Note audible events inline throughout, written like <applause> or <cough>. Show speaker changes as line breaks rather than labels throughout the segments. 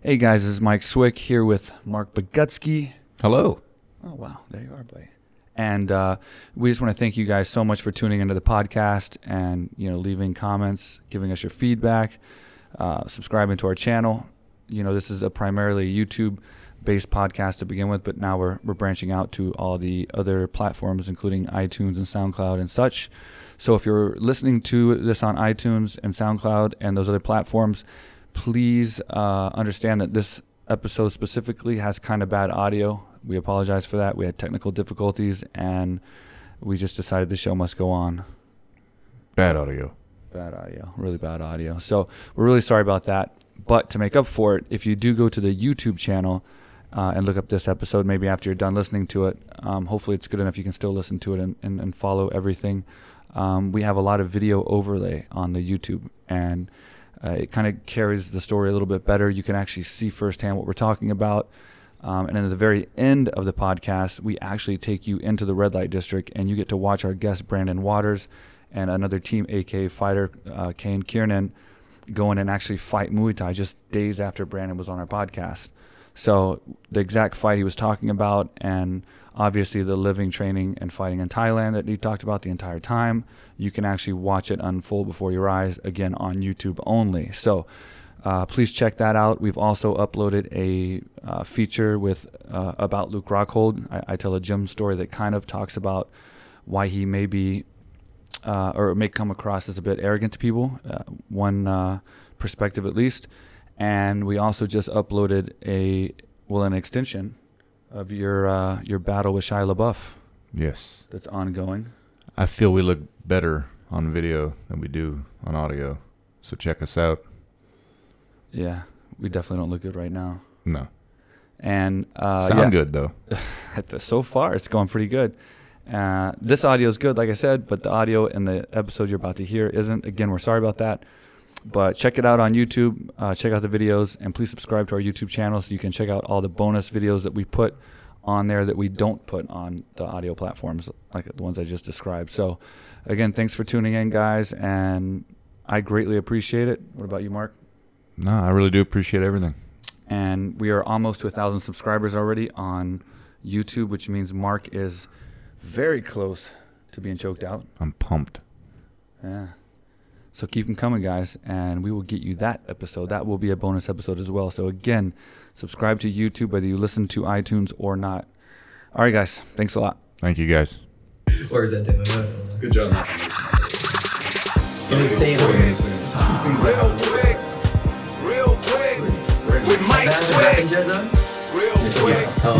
Hey guys, this is Mike Swick here with Mark Bogutsky.
Hello.
Oh wow, there you are, buddy. And uh, we just want to thank you guys so much for tuning into the podcast and you know leaving comments, giving us your feedback, uh, subscribing to our channel. You know this is a primarily YouTube-based podcast to begin with, but now we're we're branching out to all the other platforms, including iTunes and SoundCloud and such. So if you're listening to this on iTunes and SoundCloud and those other platforms, please uh, understand that this episode specifically has kind of bad audio. We apologize for that. We had technical difficulties and we just decided the show must go on.
Bad audio.
Bad audio, really bad audio. So we're really sorry about that. But to make up for it, if you do go to the YouTube channel uh, and look up this episode, maybe after you're done listening to it, um, hopefully it's good enough you can still listen to it and, and, and follow everything. Um, we have a lot of video overlay on the YouTube and uh, it kind of carries the story a little bit better. You can actually see firsthand what we're talking about. Um, and at the very end of the podcast, we actually take you into the red light district and you get to watch our guest, Brandon Waters, and another team AK fighter, uh, Kane Kiernan, go in and actually fight Muay Thai just days after Brandon was on our podcast. So the exact fight he was talking about, and obviously the living, training, and fighting in Thailand that he talked about the entire time. You can actually watch it unfold before your eyes again on YouTube only. So uh, please check that out. We've also uploaded a uh, feature with uh, about Luke Rockhold. I, I tell a gym story that kind of talks about why he may be uh, or may come across as a bit arrogant to people, uh, one uh, perspective at least. And we also just uploaded a well an extension of your uh, your battle with Shia LaBeouf
Yes.
that's ongoing.
I feel we look better on video than we do on audio. So check us out.
Yeah, we definitely don't look good right now.
No.
And uh,
Sound
yeah,
good though.
<laughs> at the- so far it's going pretty good. Uh, this audio is good, like I said, but the audio in the episode you're about to hear isn't. Again, we're sorry about that. But check it out on YouTube. Uh, check out the videos, and please subscribe to our YouTube channel so you can check out all the bonus videos that we put on there that we don't put on the audio platforms, like the ones I just described. So, again, thanks for tuning in, guys, and I greatly appreciate it. What about you, Mark?
No, I really do appreciate everything.
and we are almost to a thousand subscribers already on YouTube, which means Mark is very close to being choked out.
I'm pumped.
Yeah. So keep them coming, guys, and we will get you that episode. That will be a bonus episode as well. So again, subscribe to YouTube whether you listen to iTunes or not. All right, guys. Thanks a lot.
Thank you guys.
Or is that the MMO? Good job. Insane ways.
Real quick, real quick, with Mike Swig. Real quick,
Oh,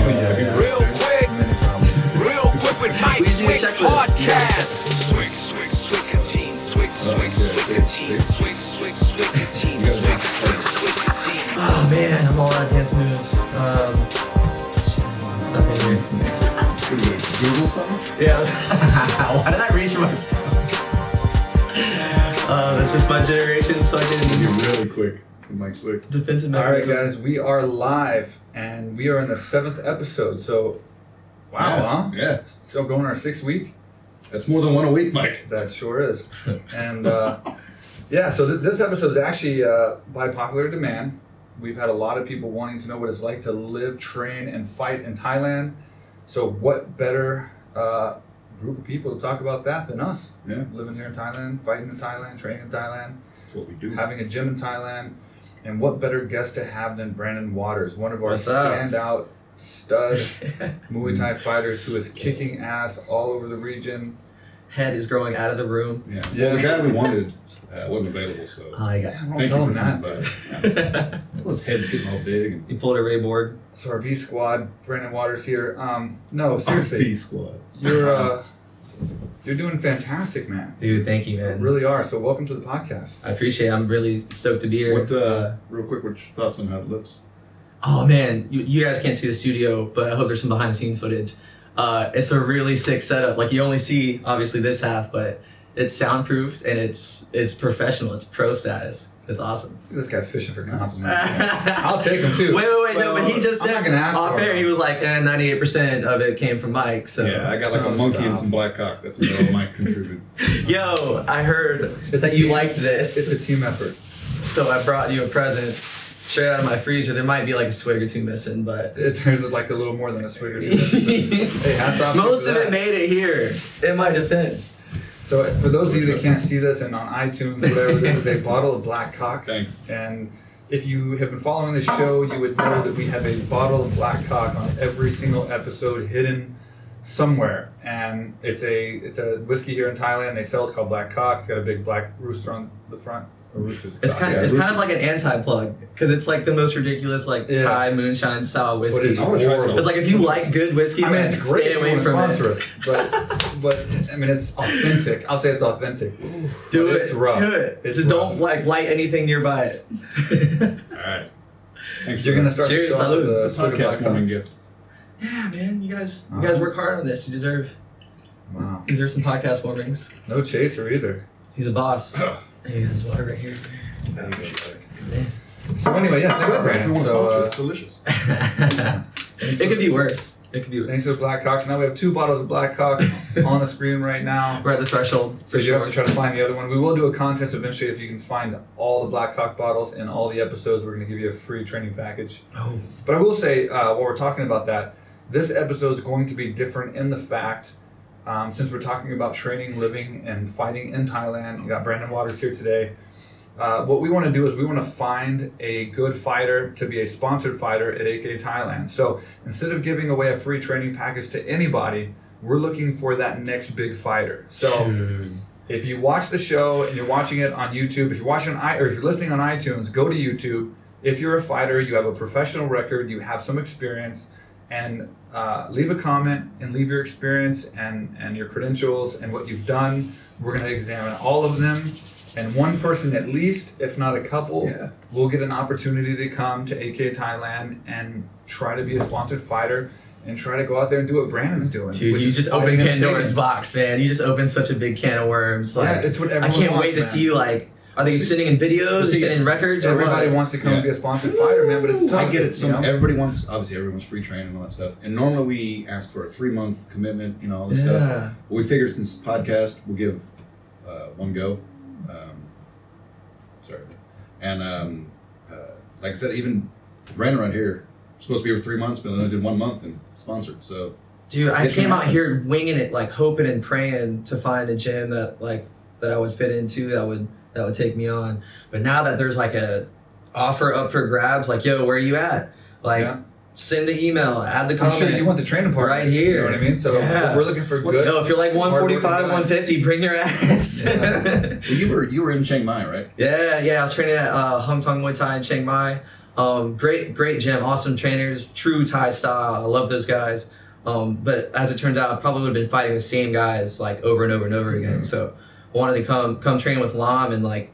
real quick, real quick with Mike Swig podcast. Swig, swig, swig a team, swig, swig, swig a team, swig, swig, swig a team, swig, swig, swig a team.
Oh man, I'm all out of dance moves. Um, shit, stop me here. Yeah. <laughs> I was- Why did I reach for my? Uh, that's just my generation's fucking
really quick. Mike's quick.
defensive mechanism.
we are live, and we are in the seventh episode. So,
Yeah,
Still going our sixth week.
that's more than one a week, Mike.
That sure
<laughs>
is. and uh, yeah, so th- this episode is actually uh, by popular demand. We've had a lot of people wanting to know what it's like to live, train, and fight in Thailand. So, what better uh, group of people to talk about that than us?
Yeah.
Living here in Thailand, fighting in Thailand, training in Thailand,
That's what we do.
having a gym in Thailand. And what better guest to have than Brandon Waters, one of our
What's up?
standout
<laughs>
stud Muay Thai fighters who is kicking ass all over the region.
Head is growing out of the room.
Yeah.
Yeah.
Well, the guy we wanted uh, wasn't available, so
Oh, I got.
Yeah, don't
thank you
tell
for
him that.
that. Those heads getting all big. <laughs> And
<laughs> you pulled a ray board.
So our B squad, Brandon Waters here. Um, no, seriously,
B squad.
you're uh, you're doing fantastic, man.
Dude, thank you,
You
man.
really are. So welcome to the podcast.
I appreciate. it. I'm really stoked to be here.
What? Uh, real quick, what's your thoughts on how it looks?
Oh man, you, you guys can't see the studio, but I hope there's some behind the scenes footage. Uh, it's a really sick setup. Like you only see obviously this half, but it's soundproofed and it's it's professional. It's pro status. It's awesome.
This guy fishing for compliments. I'll
I'll
take him too.
Wait, wait, wait. no,
Well,
but he just
I'm
said
not gonna ask
off
for
air.
it.
He was like, eh, 98% of it came from Mike. So
Yeah, I got like
Oh,
a monkey and
stop.
some black cock. That's what all Mike contributed.
yo, I heard
It's
that
a
you
team-
liked
It's
this,
a team effort.
so I brought you a present. straight out of my freezer. There might be like a swig or two
<laughs>
missing, but
It, there's like a little more than a swig or two. Hey, hats off to you
<laughs> most
for
of
that.
it made it here. In my defense,
So for those of you that can't see this and on iTunes, whatever, this
<laughs>
is a bottle of black cock.
Thanks.
And if you have been following the show, you would know that we have a bottle of black cock on every single episode hidden somewhere. And it's a it's a whiskey here in Thailand. They sell it. it's called black cock. It's got a big black rooster on the front. A rooster's
it's
cock.
kind of
yeah,
it's kind of
Rooster.
like an anti-plug because it's like the most ridiculous like
Yeah.
Thai moonshine sour
But
whiskey.
it's
I wanna try
horrible.
some.
It's like if you like good whiskey,
I mean,
then
it's great
stay
if you
away
want to
from
sponsor
it.
us, but but I mean, it's authentic. I'll say it's authentic.
<laughs> Do
But
it.
it's rough.
Do it.
It's
Just
rough.
don't like light anything nearby it.
<laughs>
All right. Thanks.
You're
for
gonna
that.
start the
Cheers,
show off with
salud.
a
It's a
swig of black
podcast morning
cock.
gift.
yeah, man, you guys you guys work hard on this. You deserve
Wow,
you deserve some podcast warnings.
no chaser either.
He's
<sighs>
a boss. hey, this water right here.
So anyway, yeah,
It's
thanks,
good, man. If you
Brandon.
want to
So,
sponsor,
uh,
it's delicious.
<laughs> it could be worse. It could be worse.
thanks to the Black Cock. So now we have two bottles of Black
<laughs>
Cock on the screen right now.
We're at the threshold.
So you have to try to find the other one. We will do a contest eventually if you can find all the Black Cock bottles in all the episodes. We're going to give you a free training package.
Oh.
But I will say, uh, while we're talking about that, this episode is going to be different in the fact, um, since we're talking about training, living, and fighting in Thailand. We got Brandon Waters here today. Uh, what we want to do is we want to find a good fighter to be a sponsored fighter at AK Thailand. So instead of giving away a free training package to anybody, we're looking for that next big fighter. So. If you watch the show and you're watching it on YouTube, if you're watching i or if you're listening on iTunes, go to YouTube. If you're a fighter, you have a professional record, you have some experience, and uh, leave a comment and leave your experience and and your credentials and what you've done. We're gonna examine all of them, and one person at least, if not a couple,
Yeah.
will get an opportunity to come to AK Thailand and try to be a sponsored fighter and try to go out there and do what Brandon's doing.
Dude,
which
you
is
just
fighting
opened
and
Pandora's
training.
box, man. You just opened such a big can of worms. Like,
Yeah, it's what
I
everyone
can't
wants,
wait to
man.
see like, are they sending in videos? Are they
see,
sending in records? or what?
Everybody wants to come and be a sponsored fighter, man, but it's tough.
I get it.
you
Some
know?
everybody wants obviously everyone's free training and all that stuff. And normally we ask for a three month commitment, you know, all this stuff.
Yeah.
But we figured since it's a podcast, we'll give uh, one go. Um, sorry, and um, uh, like I said, even Brandon right here supposed to be here for three months, but I only did one month and sponsored. So
Dude, I
It can
came out
happen.
here winging it, like hoping and praying to find a gym that like that I would fit into, that would that would take me on. But now that there's like a offer up for grabs, like yo, where are you at? Like,
Yeah.
send the email, add the
I'm
comment.
sure you want the training part
Right
You know
here.
what I mean? So
Yeah.
we're looking for good.
no, if you're like
hardworking
145,
guys.
150, bring your ass. <laughs>
Yeah.
well, you were you were in Chiang Mai, right?
Yeah, yeah, I was training at uh, Hung Tong Muay Thai in Chiang Mai. Um, great, great gym, awesome trainers, true Thai style. I love those guys. Um, but as it turns out, I probably would have been fighting the same guys like over and over and over
Mm-hmm.
again. So I wanted to come come train with Lam and like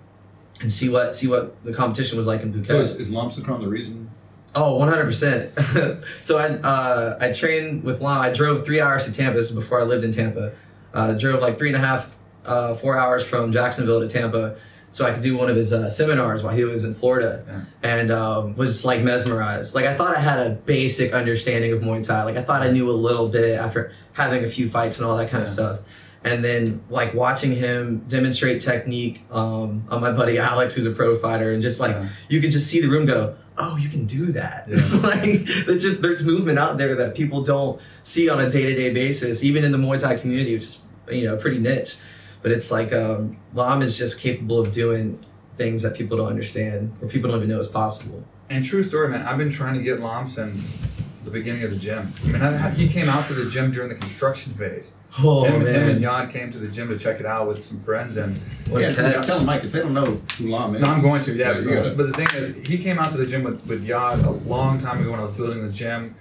and see what see what the competition was like in Phuket.
So is, is Lomsicron the reason?
Oh, 100%. <laughs> so I uh, I trained with Lon. I drove three hours to Tampa. This is before I lived in Tampa. Uh, drove like three and a half, uh, four hours from Jacksonville to Tampa so I could do one of his uh, seminars while he was in Florida and um, was like mesmerized. Like I thought I had a basic understanding of Muay Thai. Like I thought I knew a little bit after having a few fights and all that kind of stuff. And then like watching him demonstrate technique um, on my buddy Alex, who's a pro fighter, and just like
Yeah.
you could just see the room go, oh, you can do that.
Yeah.
<laughs> like there's just there's movement out there that people don't see on a day to day basis, even in the Muay Thai community, which is you know pretty niche. But it's like um, Lam is just capable of doing things that people don't understand or people don't even know is possible.
And true story, man. I've been trying to get Lom since the beginning of the gym. I mean, I, he came out to the gym during the construction phase.
Oh
him, him and
man,
Jan came to the gym to check it out with some friends, and
what
yeah,
a catch!
tell Mike if they don't know who Lom is.
No, I'm going to, yeah.
Yeah,
but-
you got it.
But the thing is, he came out to the gym with, with Yad a long time ago when I was building the gym,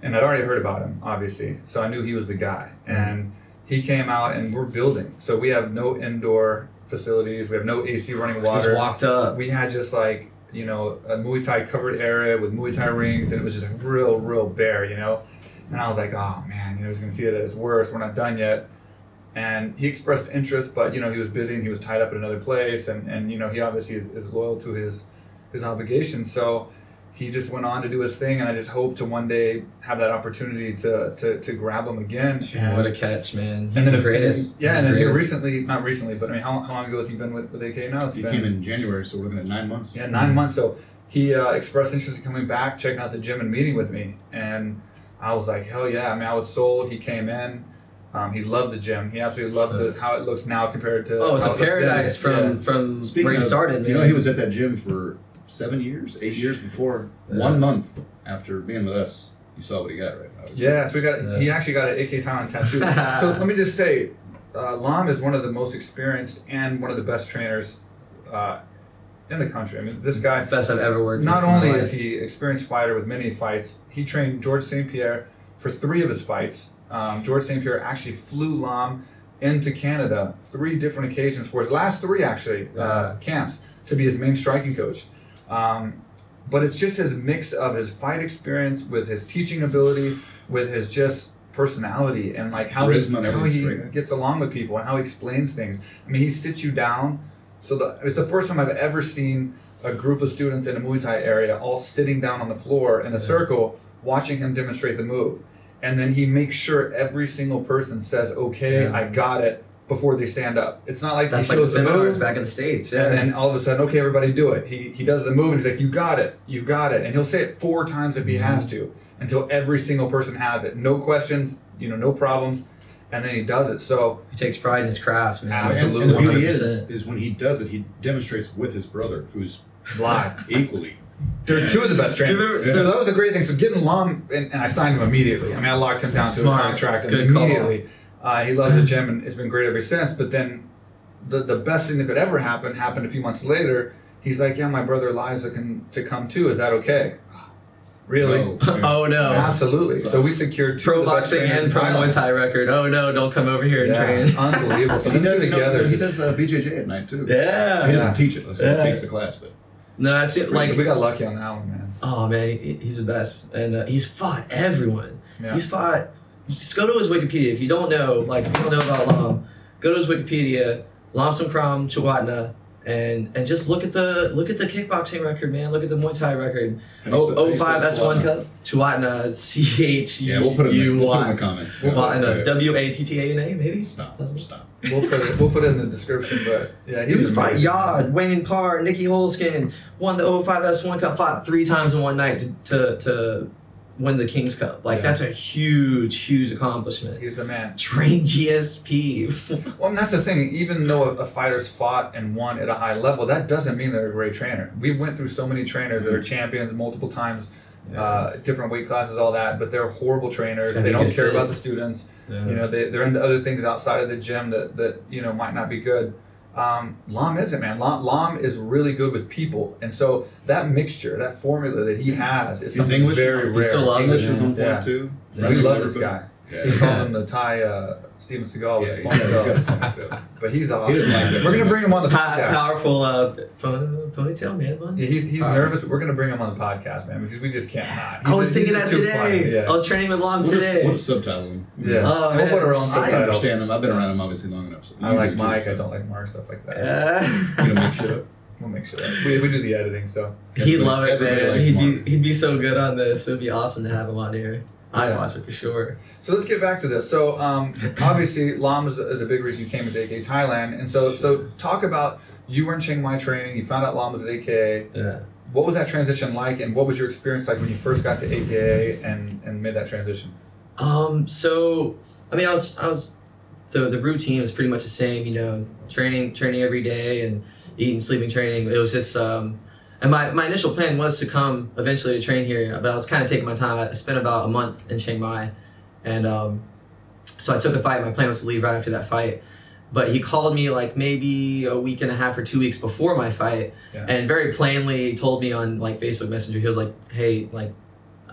and I'd already heard about him, obviously. So I knew he was the guy. And he came out, and we're building. So we have no indoor facilities, we have no AC running water.
Just walked up.
We had just like, you know, a Muay Thai covered area with Muay Thai rings, and it was just like real, real bare, you know? And I was like, oh man, you know, he's gonna see it at its worst. We're not done yet. And he expressed interest, but you know, he was busy and he was tied up in another place. And, and you know, he obviously is, is loyal to his his obligations. So he just went on to do his thing, and I just hope to one day have that opportunity to to, to grab him again. And-
What a catch, man! He's
and then
the greatest.
yeah,
He's
and
the
then here
greatest.
recently, not recently, but I mean, how, how long ago has he been with, with AK now? It's
He
been-
came in January, so we're looking at nine months.
Mm-hmm.
yeah, nine months. So he uh, expressed interest in coming back, checking out the gym, and meeting with me. And I was like, hell yeah! I mean, I was sold. He came in. Um, he loved the gym. He absolutely loved the, how it looks now compared to.
Oh, it's
how
a
it looked then.
paradise from
Yeah.
from
Speaking
where you
of,
started. Man.
You know, he was at that gym for seven years, eight years before.
Yeah.
One month after being with us, you saw what he got right. I was-
Yeah, so we got
Yeah.
he actually got an AK
<laughs>
Thailand tattoo. so let me just say, uh, Lam is one of the most experienced and one of the best trainers uh, in the country. I mean, this guy
best I've ever worked.
not
with in my
only
life.
is he experienced fighter with many fights, he trained George St. Pierre for three of his fights. Um, George St. Pierre actually flew Lam into Canada three different occasions for his last three actually uh,
Yeah.
camps to be his main striking coach. Um, but it's just his mix of his fight experience with his teaching ability, with his just personality and like how he,
Charisma and
how
everything's
he
great.
gets along with people and how he explains things. I mean, he sits you down. So the, it's the first time I've ever seen a group of students in a Muay Thai area all sitting down on the floor in a circle watching him demonstrate the move. And then he makes sure every single person says, okay,
Yeah.
I got it before they stand up. It's not like
that's
he
like the
shows the
seminars
move
back in the states. Yeah.
and then all of a sudden, okay, everybody do it. He, he does the move and he's like, you got it, you got it. And he'll say it four times if he has to until every single person has it. No questions, you know, no problems. And then he does it. So,
he takes pride in his craft, man.
And-
Absolutely.
And, the beauty is,
100%.
is when he does it, he demonstrates with his brother, who's
blah.
equally.
They're two of the best trainers.
Do you remember-
So
so-
that was the great thing. So getting Lum, and, and I signed him immediately. I mean, I locked him down to
Smart.
a contract and
Good call.
immediately. Uh, he loves the gym and it's been great ever since. But then the, the best thing that could ever happen happened a few months later. He's like, yeah, my brother Eliza can to come too. Is that okay? Really?
No,
<laughs> oh no.
Absolutely.
So-
So we secured two
Pro
of the best
boxing
trainers
and
in
pro Muay
Thailand.
Thai record. Oh no, don't come over here and
Yeah,
train.
unbelievable. So
And he
them two
does, you know,
together.
he
is-
does uh, BJJ at night too. He
<laughs> yeah.
doesn't teach it. So
Yeah.
He takes the class, but
No, that's it. Like,
we got lucky on that one, man.
oh man, he- he's the best, and uh, he's fought everyone.
Yeah.
He's fought. Just go to his Wikipedia if you don't know. Like, if you don't know about Lam, go to his Wikipedia. Lamsam Kram Chawatna. And, and just look at the look at the kickboxing record, man. Look at the Muay Thai record.
And he's still-
O
he's still
Oh, five S one
Chawatna.
Cup. Chawatna. C H E U
yeah, we'll put it in, the- we'll put it in the
Y.
comments.
Chawatna.
Yeah.
W A T T A N A. Maybe.
Stop,
That's-
stop.
We'll put it, we'll put it in the description, but yeah, he
He was
was
fought
amazing.
Yard, Wayne Parr, Nikki Holskin, won the 05S1 Cup, fought three times in one night to, to, to win the King's Cup. Like,
Yeah.
that's a huge, huge accomplishment.
He's the man.
Train
<laughs>
GSP.
Well, and that's the thing. Even though a, a fighter's fought and won at a high level, that doesn't mean they're a great trainer. We've went through so many trainers
Mm-hmm.
that are champions multiple times, uh, different weight classes, all that, but they're horrible trainers.
It's gotta
They
be
don't
good
care
fit.
about the students. You know, they, they're into other things outside of the gym that, that you know might not be good. Um, Lam isn't, man. Lam, Lam is really good with people, and so that mixture, that formula that he has, is
He's
something
English?
very
He
rare.
still loves
English
it,
is
man.
on
Yeah.
point too.
we love this guy.
Yeah,
He
yeah,
calls him the Thai uh, Steven Seagal. with
he's
his
got- he's
ponytail.
got a ponytail.
But he's awesome.
doesn't like it.
We're gonna bring him on the
Pa-
podcast.
Powerful uh, pon- ponytail, man. bun.
Yeah, he's he's
Power.
nervous, but we're gonna bring him on the podcast, man, because we just can't not. He's
I was
just-
thinking
he's
that
too funny,
today.
Yeah.
I was training with Lom
We'll just,
today. <laughs>
we'll just subtitle him.
yeah.
Oh,
we'll put
man.
our own
I
subtitles.
understand him. I've been around him obviously long enough. So
I
you
like
do, too,
Mike.
so
I don't like Mark stuff like that.
Yeah.
You don't make shit up.
We'll make sure that we, we do the editing. So
He'd love it,
Everybody
man.
likes
He'd
Mark.
be, he'd be so good on this. It'd be awesome to have him on here. I'd
Yeah.
watch it for sure.
so let's get back to this. So um, obviously, Lam is, is a big reason you came into AK Thailand, and so so talk about you were in Chiang Mai training. You found out Lam was at AKA.
Yeah.
What was that transition like, and what was your experience like when you first got to AKA and and made that transition?
Um, so I mean, I was I was the the routine was pretty much the same. You know, training training every day and eating sleeping training. It was just um, and my my initial plan was to come eventually to train here, but I was kind of taking my time. I spent about a month in Chiang Mai, and um, so I took a fight. My plan was to leave right after that fight. But he called me like maybe a week and a half or two weeks before my fight,
Yeah.
and very plainly told me on like Facebook Messenger, he was like, "Hey, like,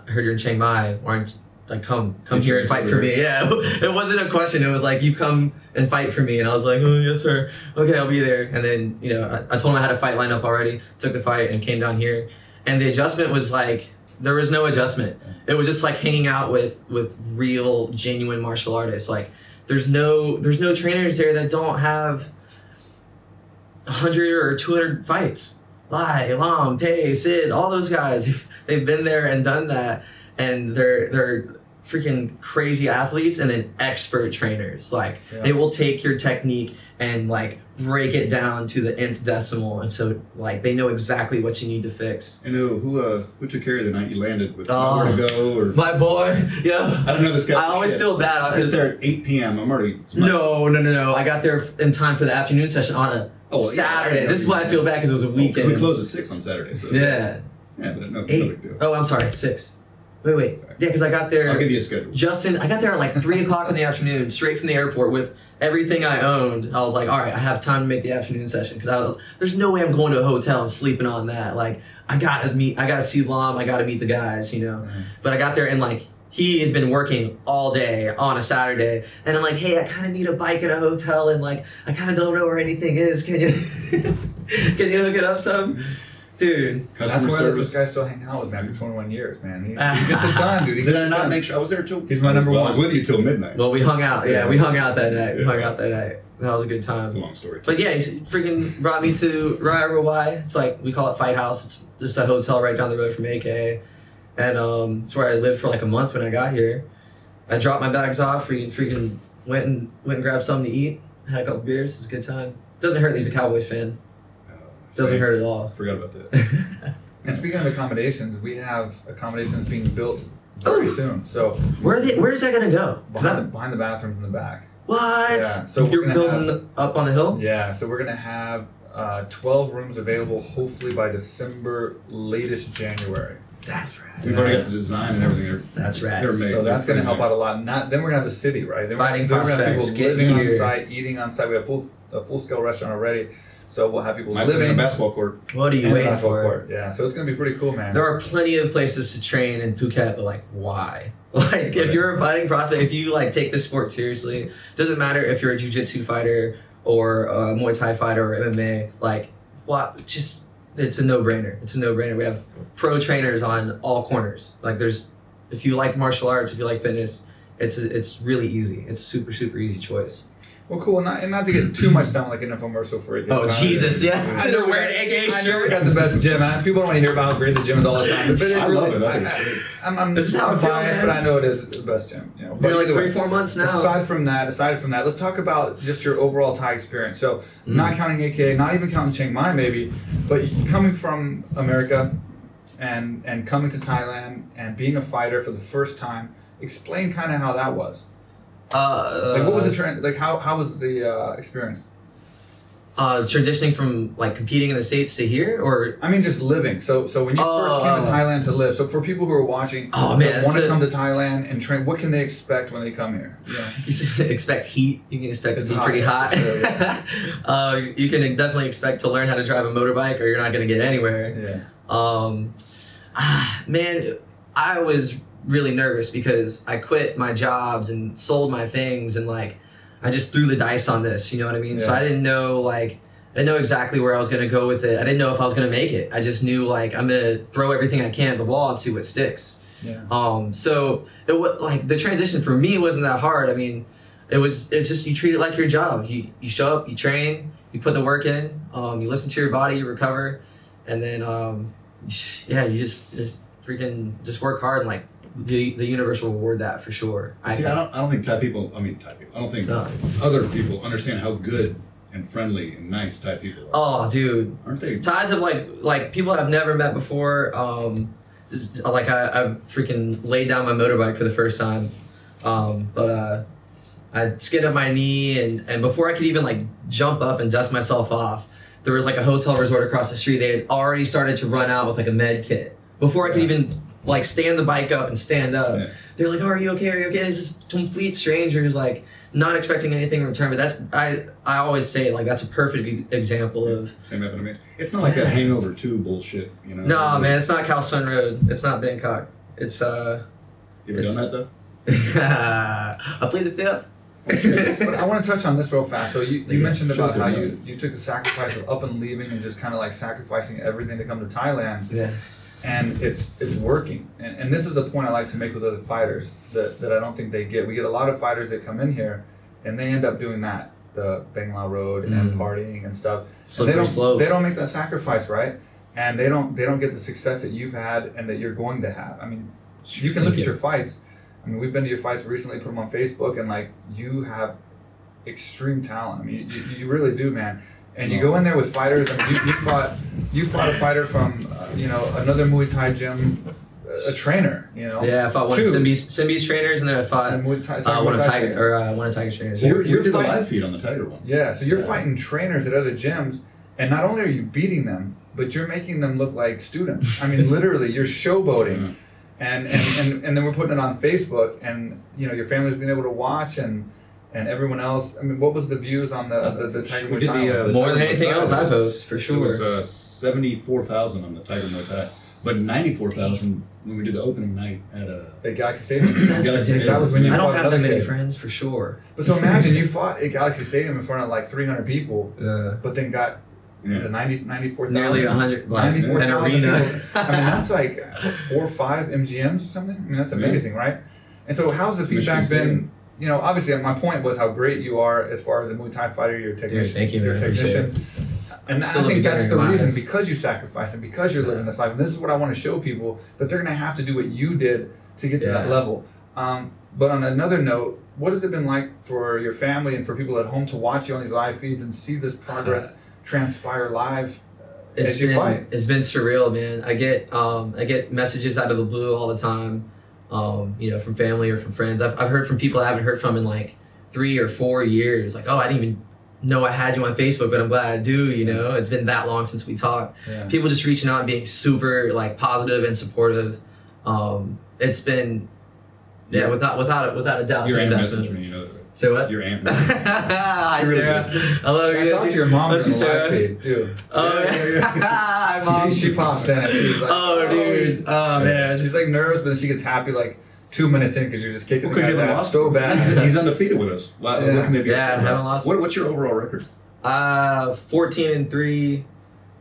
I heard you're in Chiang Mai. Why aren't you, like come come
Did you
here and fight for me?" Yeah, <laughs> it wasn't a question. It was like, "You come and fight for me," and I was like, "Oh yes, sir. Okay, I'll be there." And then you know, I, I told him I had a fight lined up already. Took the fight and came down here, and the adjustment was like there was no adjustment. It was just like hanging out with with real genuine martial artists. Like there's no there's no trainers there that don't have 100 or 200 fights. Lai, <laughs> Lam, Pei, Sid, all those guys, they've been there and done that, and they're they're freaking crazy athletes and then expert trainers. Like
Yeah.
they will take your technique and like break it down to the nth decimal, and so like they know exactly what you need to fix.
I know who uh, who took care of the night you landed with
Uh,
Oh.
where to go or
My boy, <laughs> yeah.
I don't know this guy.
I always
Shit.
feel bad.
I get there at 8 p.m. I'm already it's my-
No, no, no, no. I got there in time for the afternoon session on a
Oh, yeah.
Saturday. This is why I feel bad because it was a
'cause
weekend.
Oh, we close at six on Saturday. So
yeah,
yeah, but no, no
eight.
big deal.
Oh, I'm sorry, six. Wait, wait.
Sorry.
Yeah, because I got there.
I'll give you a schedule.
Justin, I got there at like three o'clock in the afternoon, straight from the airport with everything I owned. I was like, all right, I have time to make the afternoon session because there's no way I'm going to a hotel and sleeping on that. Like, I gotta meet, I gotta see Lom, I gotta meet the guys, you know. But I got there and like he had been working all day on a Saturday, and I'm like, hey, I kind of need a bike at a hotel, and like I kind of don't know where anything is. Can you <laughs> can you hook it up some, dude?
That's
Customer
why I let this
service.
guy still hang out with me after 21 years, man. He,
<laughs>
he gets it done, dude. He
Did
gets
I
it
not
done.
make sure I was there till?
He's my number
well,
one.
I was with you till midnight.
Well, we hung out. Yeah, we hung out that night. We
Yeah.
hung out that night. That was a good time.
That's a long story.
But yeah, he freaking brought me to Raiwai. It's like we call it Fight House. It's just a hotel right down the road from AK, and um, it's where I lived for like a month when I got here. I dropped my bags off. Freaking, freaking went and went and grabbed something to eat. Had a couple beers. It was a good time. Doesn't hurt. that He's a Cowboys fan.
Uh,
Doesn't
same.
hurt at all. <laughs>
I forgot about that.
And speaking of accommodations, we have accommodations being built very
Oh.
soon. So
where are they, Where is that gonna go? Is
behind, the,
that,
behind the bathrooms in the back.
what?
Yeah, so we're
You're
gonna
building up on the hill.
Yeah, so we're gonna have uh, 12 rooms available, hopefully by December, latest January.
That's right.
We've already got the design and everything. They're-
That's right.
They're made.
So that's
They're
gonna help out a
nice.
lot. Not then we're gonna have the city, right? Then we're-
Fighting
then we're gonna have
prospects,
people
get
living on
here.
site, eating on site. We have full a full scale restaurant already, so we'll have people
Might live
living
in a basketball court.
What are you
and a
waiting
basketball
for?
court. Yeah, so it's gonna be pretty cool, man.
There are plenty of places to train in Phuket, but like, why? <laughs> Like, if you're a fighting prospect, if you like take this sport seriously, doesn't matter if you're a jujitsu fighter or a Muay Thai fighter or MMA. Like, what? Just it's a no-brainer. It's a no-brainer. We have pro trainers on all corners. Like, there's if you like martial arts, if you like fitness, it's a, it's really easy. It's a super super easy choice.
well, cool, and not, and not to get too much down like an infomercial for it.
Oh Jesus, yeah.
I
Sitting
know
there
we
wearing
got-
AK
I know we
shirt.
got the best gym. I, people don't want to hear about how great the gym is all the time. But it
I
really,
love it. I
I,
think it's great.
am I'm,
This is how I
I'm
feel,
biased,
man.
but I know it is the best gym. You know, but
We're like
either
three
way.
four months now.
Aside from that, aside from that, let's talk about just your overall Thai experience. So,
Mm.
not counting AKA, not even counting Chiang Mai, maybe, but coming from America and and coming to Thailand and being a fighter for the first time, explain kind of how that was.
Uh,
Like, what was the trend? Like, how how was the uh, experience?
uh, transitioning from like competing in the states to here, or
I mean, just living. So, so when you first came to
Oh.
Thailand to live, so for people who are watching,
Oh, man,
want
it's
to
a-
come to Thailand and train, what can they expect when they come here? Yeah.
You can <laughs> expect heat. You can expect it
It's
to be
hot,
pretty
yeah,
hot.
for sure,
<laughs> uh, you can definitely expect to learn how to drive a motorbike, or you're not going to get anywhere.
Yeah.
Um, ah, man, I was really nervous because I quit my jobs and sold my things, and like I just threw the dice on this. You know what I mean? So
Yeah.
I didn't know like. I didn't know exactly where I was going to go with it. I didn't know if I was going to make it. I just knew like I'm going to throw everything I can at the wall and see what sticks.
Yeah.
Um, so it was like the transition for me wasn't that hard. I mean, it was it's just you treat it like your job. You you show up, you train, you put the work in, um, you listen to your body, you recover, and then um, <sighs> yeah, you just just freaking just work hard and like the the universe will reward that for sure.
See,
think.
I don't. I don't think Thai people. I mean, Thai people. I don't think
No.
other people understand how good and friendly and nice Thai people are.
Oh, dude,
Aren't they?
ties of like like people I've never met before. Um, just, like I, I freaking laid down my motorbike for the first time, um, but uh, I skinned up my knee and and before I could even like jump up and dust myself off, there was like a hotel resort across the street. They had already started to run out with like a med kit before I could even like stand the bike up and stand up.
Yeah.
They're like, "Oh, "Are you okay? Are you okay?" It's just complete strangers like not expecting anything in return. But that's I I always say like that's a perfect e- example of.
Same happened to me. It's not like that Hangover Two bullshit. You know.
No, man, it's not Khao Sun Road. It's not Bangkok. It's uh,
You ever done that though?
<laughs> I played the fifth.
but I want to touch on this real fast. So you, you
Yeah,
mentioned
sure,
about
sir.
how you, you took the sacrifice of up and leaving and just kind of like sacrificing everything to come to Thailand,
Yeah.
and it's it's working. And, and this is the point I like to make with other fighters that, that I don't think they get. We get a lot of fighters that come in here, and they end up doing that, the Bangla Road and
Mm.
partying and stuff. And they
Slippery
don't
slope.
they don't make that sacrifice, right? And they don't they don't get the success that you've had and that you're going to have. I mean, you can look
Thank
at your fights I mean, we've been to your fights recently, put them on Facebook, and like you have extreme talent. I mean, you, you really do, man. And you go in there with fighters. I mean, you, you fought you fought a fighter from uh, you know another Muay Thai gym, a, a trainer. You know.
Yeah, I fought one of
Two.
Simbi's, Simbi's trainers, and then I fought
And Muay Thai-
uh, one of
Muay Thai
Tiger
trainer.
or uh, one of Tiger's trainers.
You're-
we
you're
did a
fighting-
live feed on the Tiger one.
Yeah, so you're
Yeah.
fighting trainers at other gyms, and not only are you beating them, but you're making them look like students. I
<laughs>
mean, literally, you're showboating, and and, and and then we're putting it on Facebook, and you know your family's been able to watch, and and everyone else. I mean, what was the views on the the, the Tiger
We
Woods
did the, uh,
Island?
the
More
Tiger
than
Muay
anything
Thai
else I
was-
post, for
It was
sure.
uh, seventy-four thousand on the Tiger Muay Thai, but ninety-four thousand when we did the opening night at uh, a.
at Galaxy Stadium.
That's
Yeah, like,
ridiculous.
that was when you
I
fought
don't have
another
that many
kid.
friends, for sure.
But so imagine you fought at Galaxy Stadium in front of like 300 people,
Uh,
but then got it was a 90, 94,000
nearly 100, like, an
94,000
arena. <laughs>
people. I mean, that's like what, four or five MGMs or something. I mean, that's
Yeah.
amazing, right? And so, how's the
Michigan
feedback been?
Stadium.
You know, obviously, my point was how great you are as far as a Muay Thai fighter, you're a technician.
thank you,
you're a
man. I appreciate
technician. And
still
I think
the
that's the
beginner in my
reason
eyes.
because you sacrifice and because you're living this life. And this is what I want to show people that they're going to have to do what you did to get to that
Yeah.
level. Um, but on another note, what has it been like for your family and for people at home to watch you on these live feeds and see this
<laughs>
progress transpire live?
It's
as you
been
fight?
it's been surreal, man. I get um, I get messages out of the blue all the time, um, you know, from family or from friends. I've, I've heard from people I haven't heard from in like three or four years. Like, oh, I didn't even know I had you on Facebook, but I'm glad I do. You know, it's been that long since we talked.
Yeah.
People just reaching out and being super like positive and supportive. Um, it's been yeah,
Your-
without without without a doubt,
Your
an
aunt
investment.
messaged me, you know. that, right?
Say what?
Your aunt. messaged
<laughs>
me.
Hi,
She really
Sarah. I love
I
you.
talked to your mom
Love
in
you,
the live
Sarah.
feed too.
Oh,
Yeah, yeah,
<laughs>
Hi, mom.
She, she pops in and she's like,
Oh, dude. Oh,
Yeah,
man.
she's like nervous, but then she gets happy like two minutes in because you're just kicking
Well,
the
'cause you
guy's
haven't
ass
lost
so
him. <laughs>
bad.
He's undefeated with us. Wow,
Yeah.
what can they be
Yeah,
upset about?
haven't lost.
What, what's your overall record?
Uh, 14 and 3.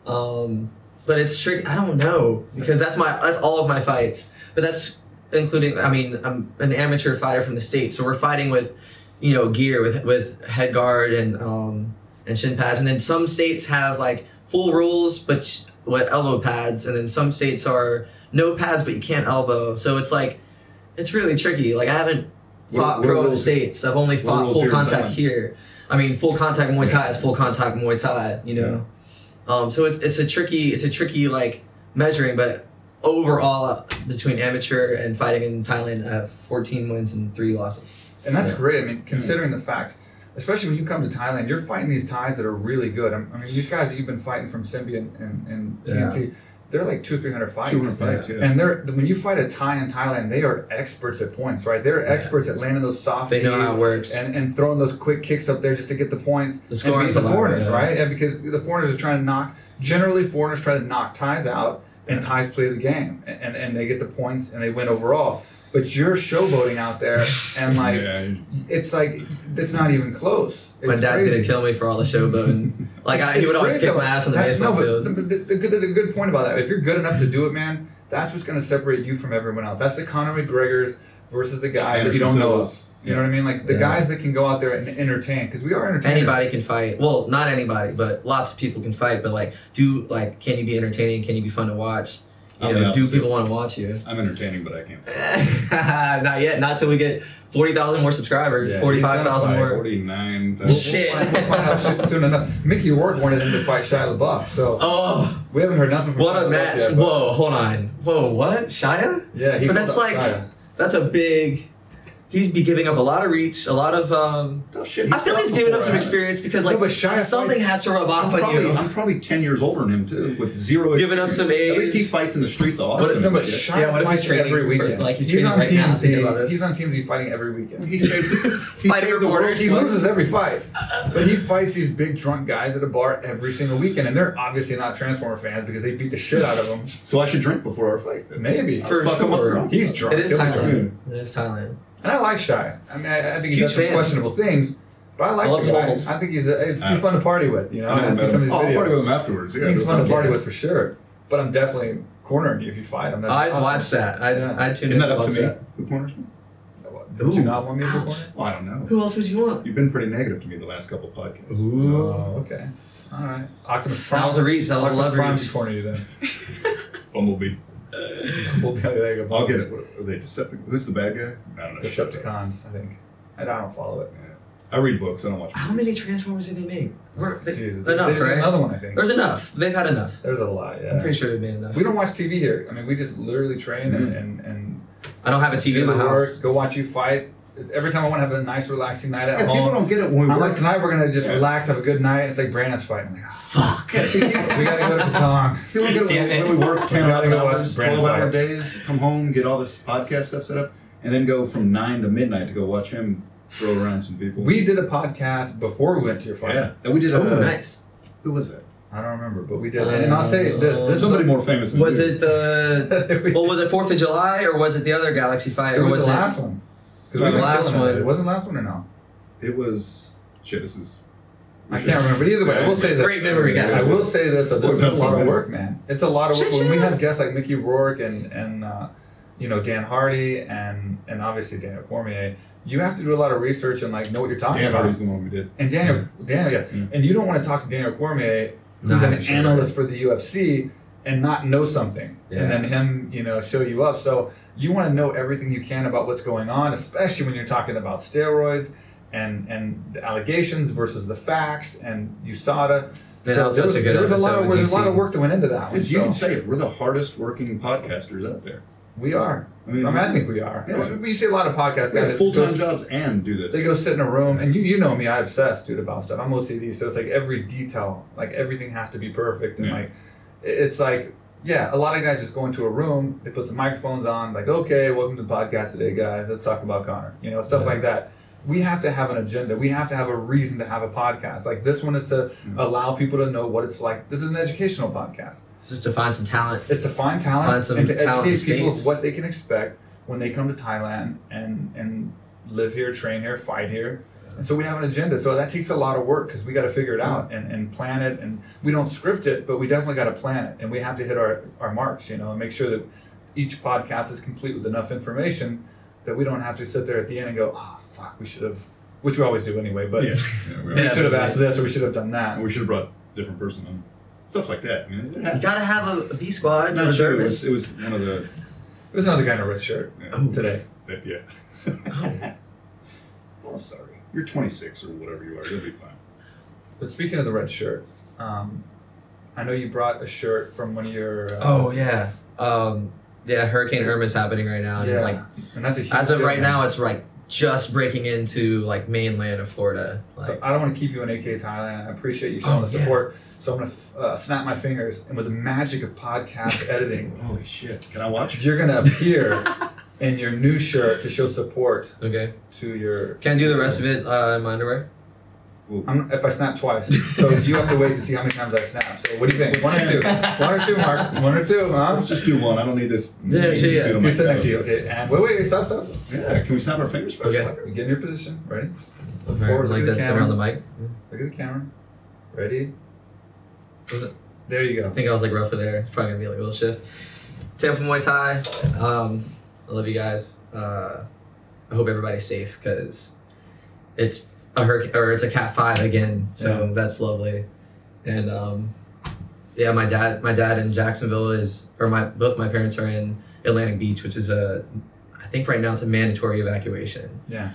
Um, but it's tricky. I don't know because that's my that's all of my fights. But that's including I mean, I'm an amateur fighter from the state, so we're fighting with you know, gear with with head guard and um and shin pads. And then some states have like full rules but sh- with elbow pads and then some states are no pads but you can't elbow. So it's like it's really tricky. Like I haven't
What-
fought
what
pro in the
rules-
states. I've only
what
fought
rules
full
here in
contact
Thailand?
here. I mean, full contact Muay Thai is full contact Muay Thai, you know. Um, so it's it's a tricky it's a tricky like measuring, but overall uh, between amateur and fighting in Thailand, I have 14 wins and three losses.
and that's
Yeah.
great. I mean, considering the fact, especially when you come to Thailand, you're fighting these Thais that are really good. I'm- I mean, these guys that you've been fighting from Simbi and, and, and
Yeah.
TNT, they're like two, three hundred fights.
Two hundred fights. Yeah.
And they're when you fight a Thai in Thailand, they are experts at points, right? They're
Yeah.
experts at landing those soft
They know
knees
how it works.
and, and throwing those quick kicks up there just to get the points.
The scoring's
and beat
a
the
lot,
foreigners,
yeah.
right? Yeah, because the foreigners are trying to knock. Generally, foreigners try to knock ties out, and ties play the game, and, and and they get the points and they win overall. But you're showboating out there, and
<laughs>
like
yeah.
it's like it's not even close. It's
My dad's
crazy.
gonna kill me for all the
<laughs>
showboating. like I, he
It's
would always
great,
kick
though.
my ass on the
That's-
baseball
no, but th-
field.
th- th- there's a good point about that. If you're good enough to do it, man, that's what's going to separate you from everyone else. That's the Conor McGregor's versus the guys that you don't
Anderson
know
Silva's.
of. You know what I mean? Like the
Yeah.
guys that can go out there and entertain, because we are entertainers.
Anybody can fight. Well, not anybody, but lots of people can fight. But like, do like, can you be entertaining? Can you be fun to watch? You
I'm the
know, do
opposite.
people want to watch you?
I'm entertaining, but I can't.
<laughs> not yet. Not till we get forty thousand more subscribers.
Yeah.
Forty-five thousand more.
Forty-nine
We'll,
thousand.
Shit.
We'll find, we'll find out shit soon enough. Mickey Rourke wanted him to fight Shia LaBeouf, so
Oh,
we haven't heard nothing from
what
Shia
a
LaBeouf
match!
yet, but-
Whoa, hold on. Whoa, what? Shia?
Yeah, he
But
called out
that's like-
Shia.
That's a big. He's be giving up a lot of reach, a lot of. um
Oh, shit,
I feel he's giving up some
before, uh,
experience because
No,
like
but Shia
something
fights-
has to rub
I'm
off on
probably,
you.
I'm probably ten years older than him too, with zero.
Giving up some
experience. At
age.
least he fights in the streets of
But-
Austin.
No, but
and shit.
Shia
Yeah, what if he's
fights
training
every
for-
weekend.
like, he's training
on
right now,
TMZ.
thinking about this.
He's on TMZ fighting every weekend.
he saved.
<laughs>
He
Fighter
saved the world.
reporters.
He loses every fight, but he fights these big drunk guys at a bar every single weekend, and they're obviously not Transformer fans because they beat the shit out of him.
So I should drink before our fight. then.
Maybe
I'll fuck him up
sure.
drunk.
he's drunk.
It is
He'll be drunk.
Thailand. It is Thailand.
and I like Shy. I mean, I, I think he
Huge
does some
fan.
questionable things, but I like
I love Oh,
the guy.
balls.
I think he's a, he's
Uh,
fun to party with. You know,
I
I
don't
see some of
know.
these
Oh, I'll party
videos.
with him afterwards. Yeah,
He's fun
no
to
problem.
party with for sure, but I'm definitely cornering you if you fight him. That'd be
I'd
awesome.
watch that. I'd,
Yeah.
I'd tune
Isn't
in
that up
watch
to me?
that.
Who corners me?
Did you
Ooh,
not want me to
ouch.
corner?
Well, I don't know.
Who else would you want?
You've been pretty negative to me the last couple podcasts.
Ooh.
Oh, okay. All right. Optimus Prime.
That was a reach. That was a
Optimus
love
Prime
reach.
could corner you then.
Bumblebee.
<laughs> We'll be like, there you go.
I'll get it. What, are they Decepticons? Who's the bad guy? I don't know.
Decepticons, I think. And I don't follow it.
I read books. I don't watch.
How many Transformers did they make? We're, they,
Jeez,
enough,
there's
right?
another one, I think.
There's enough. They've had enough.
There's a lot, yeah.
I'm pretty sure they've made enough.
We don't watch TV here. I mean, we just literally train and, and, and
I don't have a TV
do
in my
the
house.
work, go watch you fight. It's- Every time I want to have a nice, relaxing night at
Yeah, people
home,
don't get it when we
I'm
work.
like, tonight we're going to just
Yeah.
relax, have a good night. It's like Brandon's fighting. I'm like, "Ah,
<laughs> Fuck.
we got to go to the Patong.
People get
Damn
it
it.
when, when we
<laughs>
work ten
Gotta
hours,
go watch Brandon
twelve hour
fight.
days. Come home, get all this podcast stuff set up, and then go from nine to midnight to go watch him throw around some people.
We did a podcast before we went to your fight.
yeah, that we did.
oh,
uh,
nice.
Who was that?
I don't remember, but we did. and I'll say this.
Uh,
this
There's somebody more famous. Than
Was
you.
it the
<laughs> We-
what was it Fourth of July or was it the other Galaxy fight
It
or
was,
was
the
it
last one. 'Cause
The
we've been
last
killing it.
one.
It wasn't the last one or no?
It was shit. This is.
I can't remember. But either way, I will say this.
Great memory, guys.
I will say this. Though, this
We've
is a
done so
lot of
many.
work, man. It's a lot of work.
Shut
When we
you
have
up.
guests like Mickey Rourke and and uh, you know Dan Hardy and and obviously Daniel Cormier, you have to do a lot of research and like know what you're talking
Dan
about.
Hardy's the one we did.
And Daniel, Daniel, yeah.
Yeah.
And you don't want to talk to Daniel Cormier,
Mm. No,
who's an
I'm sure.
analyst for the UFC, and not know something,
Yeah.
and then him, you know, show you up. So you want to know everything you can about what's going on, especially when you're talking about steroids and and the allegations versus the facts and USADA.
Man, that was
there
such a good
there was lot of
episode with
there's a lot of
GC.
work that went into that one.
It's, you
so
can say it. We're the hardest working podcasters out there.
we are.
I
I
mean,
mean, I think we are.
Yeah.
We see a lot of podcasts
We have
guys
full time
just-
jobs and do this.
They go sit in a room, and you you know me, I obsess, dude, about stuff. I'm OCD, so it's like every detail, like everything has to be perfect, and
Yeah.
like it- it's like yeah, a lot of guys just go into a room, they put some microphones on, like okay, welcome to the podcast today, guys. Let's talk about Connor, you know, stuff like that. We have to have an agenda. We have to have a reason to have a podcast. Like this one is to allow people to know what it's like. This is an educational podcast.
This is to find some talent.
It's to find
Find
talent
some
and to
talent in
educate
the
people of
States.
what they can expect when they come to Thailand and and live here, train here, fight here. And so we have an agenda. So that takes a lot of work because we got to figure it out and, and plan it. And we don't script it, but we definitely got to plan it. And we have to hit our, our marks, you know, and make sure that each podcast is complete with enough information that we don't have to sit there at the end and go, oh, fuck, we should have, which we always do anyway, but
yeah. yeah, we,
we
are.
should have asked this or we should have done that.
And we should have brought a different person on. Stuff like that. I mean, it
You
happened.
gotta have a, a B squad
Not sure. It was,
reservist.
it was one of the.
There's another guy in a red shirt
Yeah.
today.
That-
Oh.
yeah. <laughs> well, sorry. You're 26 or whatever you are. You'll be fine.
But speaking of the red shirt, um, I know you brought a shirt from one of your. Uh,
Oh yeah. Um, yeah, Hurricane Irma's happening right now, and
yeah,
Oh, like
and that's a huge
as of
deal,
right
man.
now, it's like just breaking into like mainland of Florida. Like,
So I don't want to keep you in AK Thailand. I appreciate you showing
Oh,
the
yeah.
support. So I'm gonna f- uh, snap my fingers, and with the magic of podcast <laughs> editing,
Holy shit. Can I watch?
you're gonna
<laughs>
appear in your new shirt to show support
okay,
to your.
can I do the rest of it uh, in my underwear?
Well,
I'm, if I snap twice,
<laughs>
so you have to wait to see how many times I snap. So what do you think? One or two? One or two, Mark? One or two? Huh?
let's just do one. I don't need this.
Yeah, yeah,
dude
yeah.
on my
Who's sitting next to you?
couch.
Okay, and wait, wait, stop, stop.
Yeah. Can we snap our fingers first?
Okay.
Get in your position. Ready?
Alright,
forward, look
like
at the
that center
camera.
on the mic.
Look at the camera. Ready?
Was it-
There you
I
go.
think I was like rougher there. It's probably gonna be like a little shift. Tampa Muay Thai. Um, I love you guys. Uh, I hope everybody's safe because it's a hurricane or it's a Cat Five again. So that's lovely. And um, yeah, my dad, my dad in Jacksonville is, or my both my parents are in Atlantic Beach, which is a, I think right now it's a mandatory evacuation.
Yeah.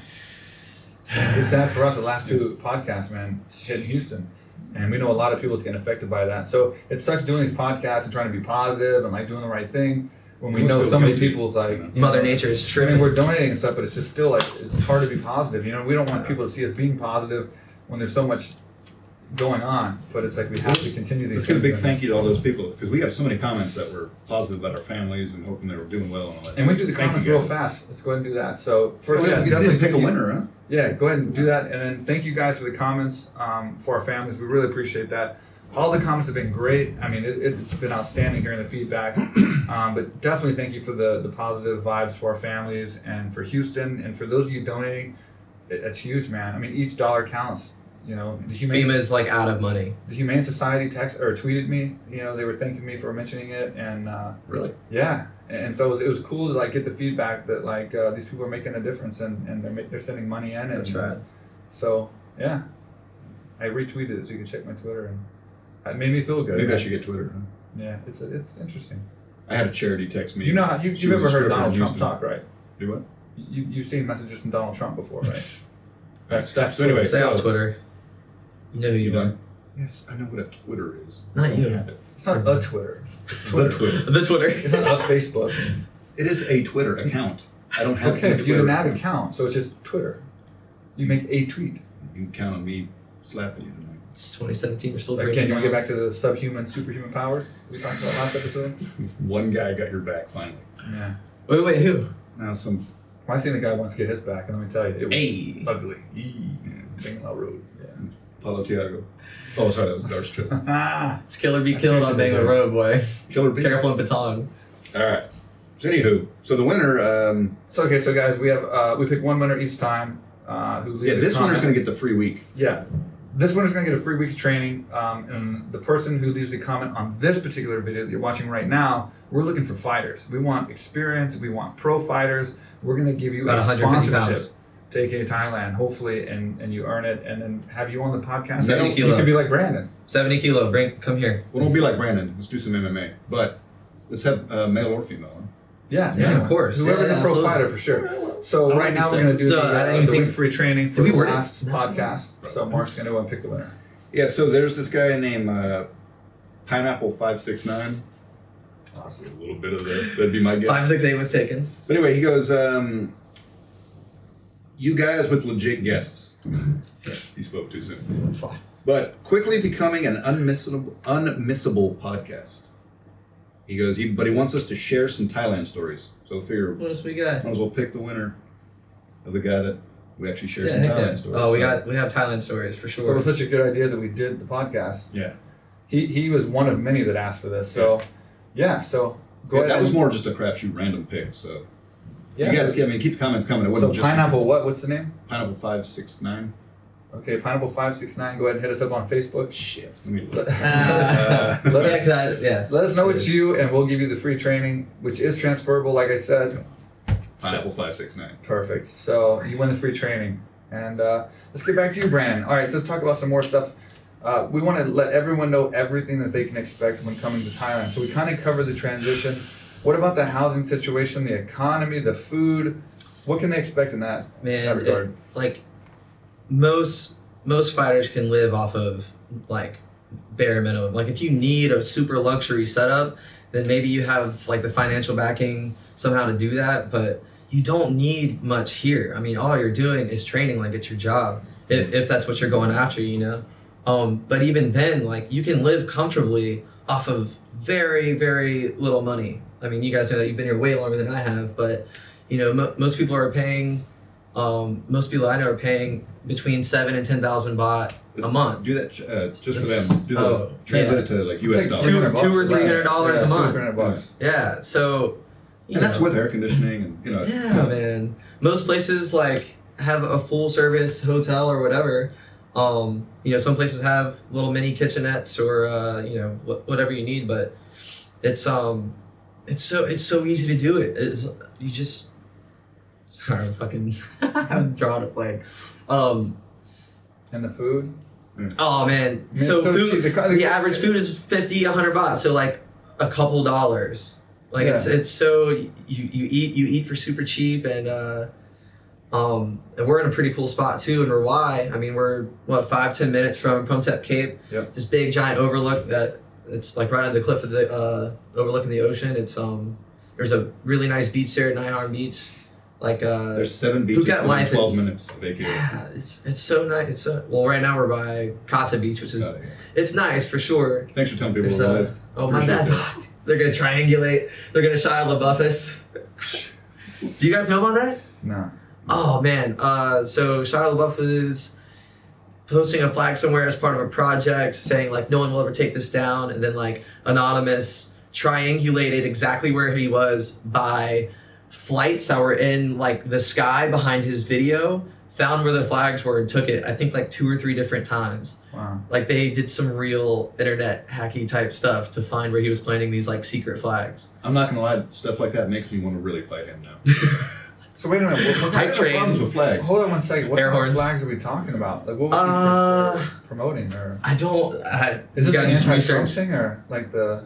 It's sad for us. The last two podcasts, man, hit in Houston, and we know a lot of people is getting affected by that. So it sucks doing these podcasts and trying to be positive and like doing the right thing when we
Almost
know
feel
so many
guilty.
people's like you
Mother
know,
Nature
I
is
mean,
tripping.
we're donating and stuff, but it's just still like it's hard to be positive. You know, we don't want people to see us being positive when there's so much going on. But it's like we have to continue these.
Let's give a
things
big thank you to all those people because we have so many comments that were positive about our families and hoping they were doing well and all that.
And we do
stuff.
the
Thank you
comments
guys.
real fast. Let's go ahead and do that. So first,
Oh, yeah,
yeah,
we did
definitely
pick a
thank you.
winner, huh?
Yeah, go ahead and do that, and then thank you guys for the comments um, for our families. We really appreciate that. All the comments have been great. I mean, it, it's been outstanding hearing the
<clears throat>
feedback. Um, but definitely thank you for the the positive vibes for our families and for Houston and for those of you donating. It, it's huge, man. I mean, each dollar counts. You know, the humane
FEMA is like out of money.
the Humane Society text or tweeted me. You know, they were thanking me for mentioning it, and uh,
Really?
yeah, and so it was, it was cool to like get the feedback that like uh, these people are making a difference and, and they're ma- they're sending money in. And,
That's right.
So yeah, I retweeted it so you can check my Twitter and it made me feel good.
Maybe I should get Twitter. Huh?
Yeah, it's it's interesting.
I had a charity text me.
You know how you,
She
you've
was a
ever heard
stripper
Donald
in
Trump
Houston.
talk, right?
Do what?
You, you've seen messages from Donald Trump before,
<laughs>
right? That's, that's
So anyway,
Say on
so-
Twitter. You know who you,
You
are.
done? Yes, I know what a Twitter is.
Not
Someone
you.
had it.
it's not a Twitter. It's
The
Twitter.
Twitter.
The Twitter.
It's not
<laughs>
a Facebook.
It is a Twitter account. I don't have
Okay,
a
but you
Twitter.
don't have an account, so it's just Twitter. You make a tweet.
You can count on me slapping you tonight.
It's 2017. We're still breaking
Again, you
down.
get back to the subhuman, superhuman powers we talked about last episode.
One guy got your back finally.
Yeah.
Wait, wait, who?
Now some
Well, I seen a guy once get his back, and let me tell you, it was
Hey.
ugly. Bing La Road.
Paulo Tiago. Oh, sorry, that was
<laughs>
Darce Chip.
Yeah.
It's Killer Be
I
Killed
think
on
so,
Bangor
dude.
Road, boy.
Killer B.
Careful in Patong.
All right. So anywho, so the winner. Um,
so okay, so guys, we have uh, we pick one winner each time. Uh, who leaves
yeah,
a
this winner's
comment.
gonna get the free week.
Yeah. This one is going to get a free week of training. Um, and the person who leaves a comment on this particular video that you're watching right now, we're looking for fighters. We want experience. We want pro fighters. We're going to give you
About
a
150
sponsorship
pounds.
to AK Thailand, hopefully, and, and you earn it, and then have you on the podcast.
Seventy
you
kilo.
could be like Brandon.
70 kilo. Bring, come here.
Well, don't be like Brandon. Let's do some MMA. But let's have uh, male or female. Huh?
Yeah,
Yeah, of course.
Whoever's
Yeah,
a pro
absolutely.
fighter for sure. So
I
right
like
now
the
we're going to
sexes.
do
No,
the,
I
uh,
didn't
the
think-
week free training for
Did we
the
word it?
last
That's what-
podcast. So Mark's going to uh, pick the winner.
Yeah. So there's this guy named uh, Pineapple Five Six Nine.
Awesome.
A little bit of that. That'd be my guess.
568 was taken.
But anyway, he goes, um, You guys with legit guests. Mm-hmm. he spoke too soon. But quickly becoming an unmissable, unmissable podcast. He goes, he, But he wants us to share some Thailand stories. So figure,
What else we got?
might as well pick the winner of the guy that we actually share
Yeah,
some
heck
Thailand
yeah.
stories.
Oh, we
So-
got we have Thailand stories for
So it
sure.
<laughs>
was such a good idea that we did the podcast.
Yeah.
He he was one of many that asked for this. So yeah, so go
Yeah,
ahead.
that was
and-
more just a crapshoot random pick. So
Yeah,
you guys,
so-
I mean, keep the comments coming. It
so
wasn't just
pineapple. What what's the name?
Pineapple five six nine.
Okay, pineapple five six nine. Go ahead and hit us up on Facebook. Shit.
Let me look.
<laughs> Ah.
Uh,
Let
yeah,
us,
'cause I- yeah.
let us know
Yes.
it's you, and we'll give you the free training, which is transferable. Like I said,
pineapple five six nine.
perfect. So you win the free training, and uh, let's get back to you, Brandon. All right, so let's talk about some more stuff. Uh, we want to let everyone know everything that they can expect when coming to Thailand. So we kind of covered the transition. What about the housing situation, the economy, the food? What can they expect in that, in that
Man, it-
regard?
like most most fighters can live off of like bare minimum. Like if you need a super luxury setup, then maybe you have like the financial backing somehow to do that, but you don't need much here. I mean, all you're doing is training like it's your job. If if that's what you're going after, you know. Um but even then like you can live comfortably off of very very little money. I mean, you guys know that you've been here way longer than I have, but you know, mo most people are paying um, most people I know are paying between seven and ten thousand baht a month.
Do that uh, just for
That's-
them. Do the,
oh,
translate
yeah.
it to like U.S.
It's like
dollars.
$300
two- two or
bucks,
$300
right?
dollars a
Yeah, two or
month.
$300 bucks.
Yeah, so you
and that's
know.
with air conditioning and you know. it's-
yeah, man. Most places like have a full service hotel or whatever. Um, you know, some places have little mini kitchenettes or uh, you know wh- whatever you need, but it's um, it's so it's so easy to do it. It's, you just <laughs> sorry, I'm fucking <laughs> I'm drawing a blank. Um,
And the food?
Oh man.
Man,
So
so
food,
cheap. The co-
the average food is 50, 100 baht. So like a couple dollars. Like it's it's so you, you eat you eat for super cheap and uh um and we're in a pretty cool spot too in Rawai. I mean we're what five ten minutes from Promtep Cape.
Yep.
This big giant overlook that it's like right on the cliff of the uh overlooking the ocean. It's um there's a really nice beach there at Nihon Beach. Like uh
There's seven beaches
got
within
life
twelve
is-
minutes of AKA.
yeah, it's it's so nice. It's so, well right now we're by Kata Beach, which is
Uh,
it's nice for sure.
Thanks for telling people
There's
where we
a,
live.
oh my
Appreciate
bad. <laughs> They're gonna triangulate. They're gonna Shia LaBeouf us. Do you guys know about that?
No.
Oh man. Uh, so Shia LaBeouf is posting a flag somewhere as part of a project, saying like no one will ever take this down, and then like anonymous triangulated exactly where he was by flights that were in like the sky behind his video, found where the flags were and took it. I think like two or three different times
Wow.
like they did some real internet hacky type stuff to find where he was planting these like secret flags.
I'm not gonna lie, stuff like that makes me want to really fight him now.
So wait a minute. What, what
I
Hype
got
train.
problems with flags.
hold on one second. What
Air
kind of
horns.
flags are we talking about? Like what was
Uh,
he promoting? Or
I don't. I
is this
gotta
an
do some
anti-Trump
research.
thing or like the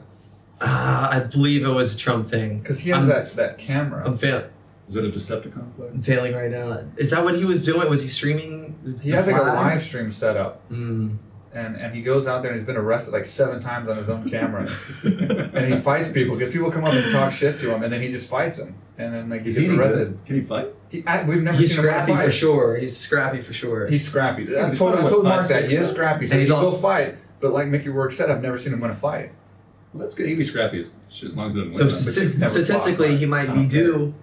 Uh, I believe it was a Trump thing.
Because he has
I'm,
that, that camera.
I'm, fail-
Is it a Decepticon
I'm
flag?
failing right now. Is that what he was doing? Was he streaming? the-
he
the
has like a
flag?
live stream set up,
Mm.
and, and he goes out there and he's been arrested like seven times on his own camera,
<laughs>
and he fights people because people come up and talk shit to him, and then he just fights them, and then like he
Is he
gets
any
arrested.
good? Can he fight?
He, I, we've never
He's
seen him
scrappy
fight.
for sure. He's scrappy for sure.
He's scrappy.
Yeah,
I
he's
told,
probably
I
what,
told Mark
five,
that
six
he is
now?
scrappy. So
And
he's
he's
go
all-
fight, but like Mickey Rourke said, I've never seen him win a fight.
Well, that's good. He'd be scrappy as, shit, as long as he doesn't
so
win.
s-
sti-
never
statistically,
fought.
he might
Oh,
be due.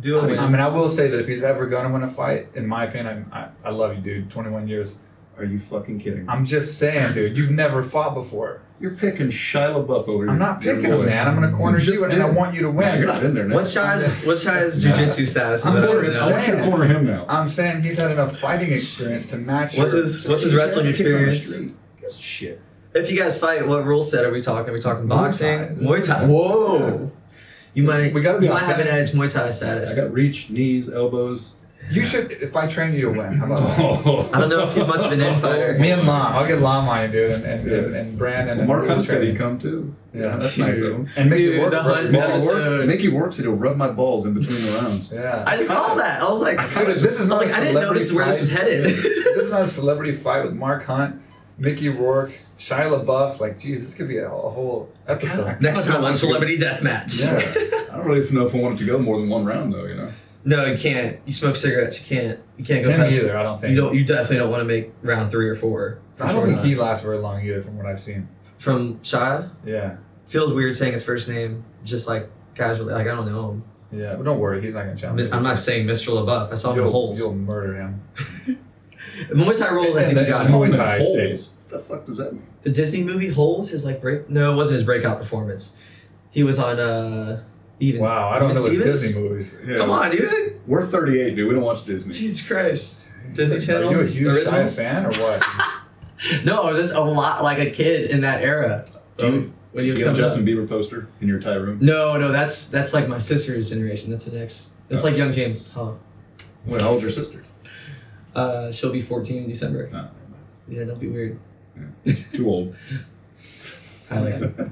Due.
I mean,
I
win.
mean, I will say that if he's ever gonna win a fight, in my opinion, I, I, I love you, dude. 21 years.
Are you fucking kidding? me?
I'm just saying, dude. You've never fought before.
You're picking Shia LaBeouf over here.
I'm not picking him, man. I'm gonna corner you, and I want you to
<laughs>
win.
You're not in there now.
What's Shai's What's Shai's jujitsu status?
I'm
I don't
bored.
I
know.
want you to corner him now.
I'm saying he's had enough fighting experience to match.
What's
your-
his What's his wrestling
Kick on the
experience?
street. Who gives a Shit.
If you guys fight, what rule set are we talking? Are we talking boxing?
Muay
Muay
Thai.
Thai. Whoa. You might.
We gotta be
You
on
might have an
Thai.
edge Muay Thai
I
status.
got reach, knees, elbows.
You should. If I train you, you'll win. How about
<laughs>
that?
I
don't know if he's much
<laughs>
of
<laughs>
an end fighter.
Me and Lon. I'll get Lon on you, dude, and and, and, and Brandon. and
Mark
we'll
Hunt said
train
he'd
you.
come too.
Yeah,
that's nice of him.
And Mickey
Dude,
Rourke,
the
bro.
Hunt
Mickey Rourke.
episode.
Mickey works. He'll rub my balls in between the rounds.
Yeah.
I saw that. I was like, I
Dude, this is
was
not
like,
a
I didn't
celebrity
notice where this was
fight. <laughs>
headed.
this is not a celebrity fight with Mark Hunt, Mickey Rourke, Shia LaBeouf. Like, geez, this could be a, a whole episode.
Next time on Celebrity Deathmatch.
Yeah.
<laughs>
I don't really know if I want it to go more than one round though. You know.
No, you can't. You smoke cigarettes. You can't. You can't go
Him
past.
either, I don't think.
You don't. You definitely don't want to make round three or four.
I don't think he lasts very long either, from what I've seen.
From Shia
Yeah.
feels weird saying his first name just like casually. Like I don't know him.
Yeah. But don't worry, he's not gonna challenge. you.
I'm not saying Mr. LaBeouf. I saw him in
You'll,
the holes.
you'll murder him.
Muay Thai rules. I
And
think you
that's-
got it.
Muay
Home
Thai
and holes.
states.
What the fuck does that mean?
the Disney movie Holes. His like break. No, it wasn't his breakout performance. He was on uh even.
Wow, I don't know
Even
what
Stevens?
Disney movies.
Yeah.
Come on, dude.
We're 38, dude. We don't watch Disney.
Jesus Christ. Disney Channel.
Are you a huge Shia
originals?
fan or what?
No, I was just a lot like a kid in that era.
Do you-
of when he
You
was
have a
coming up.
Justin Bieber poster in your Thai room.
No, no, that's that's like my sister's generation. That's the next. That's like young James. Huh.
Wait, how old's your sister?
Uh, she'll be 14 in December.
No,
Yeah, don't be weird.
too old.
I like it
<laughs>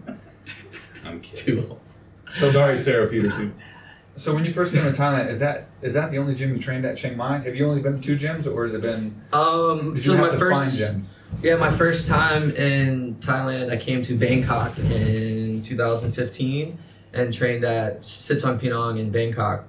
I'm kidding.
<laughs> too old.
So
Sorry, Sarah Peterson.
So when you first came to Thailand, is that is that the only gym you trained at Chiang Mai? Have you only been to two gyms, or has it been?
Um,
Did
so
you
my
have to
first,
find gyms?
yeah, my first time in Thailand, I came to Bangkok in 2015 and trained at Sitang Pinang in Bangkok.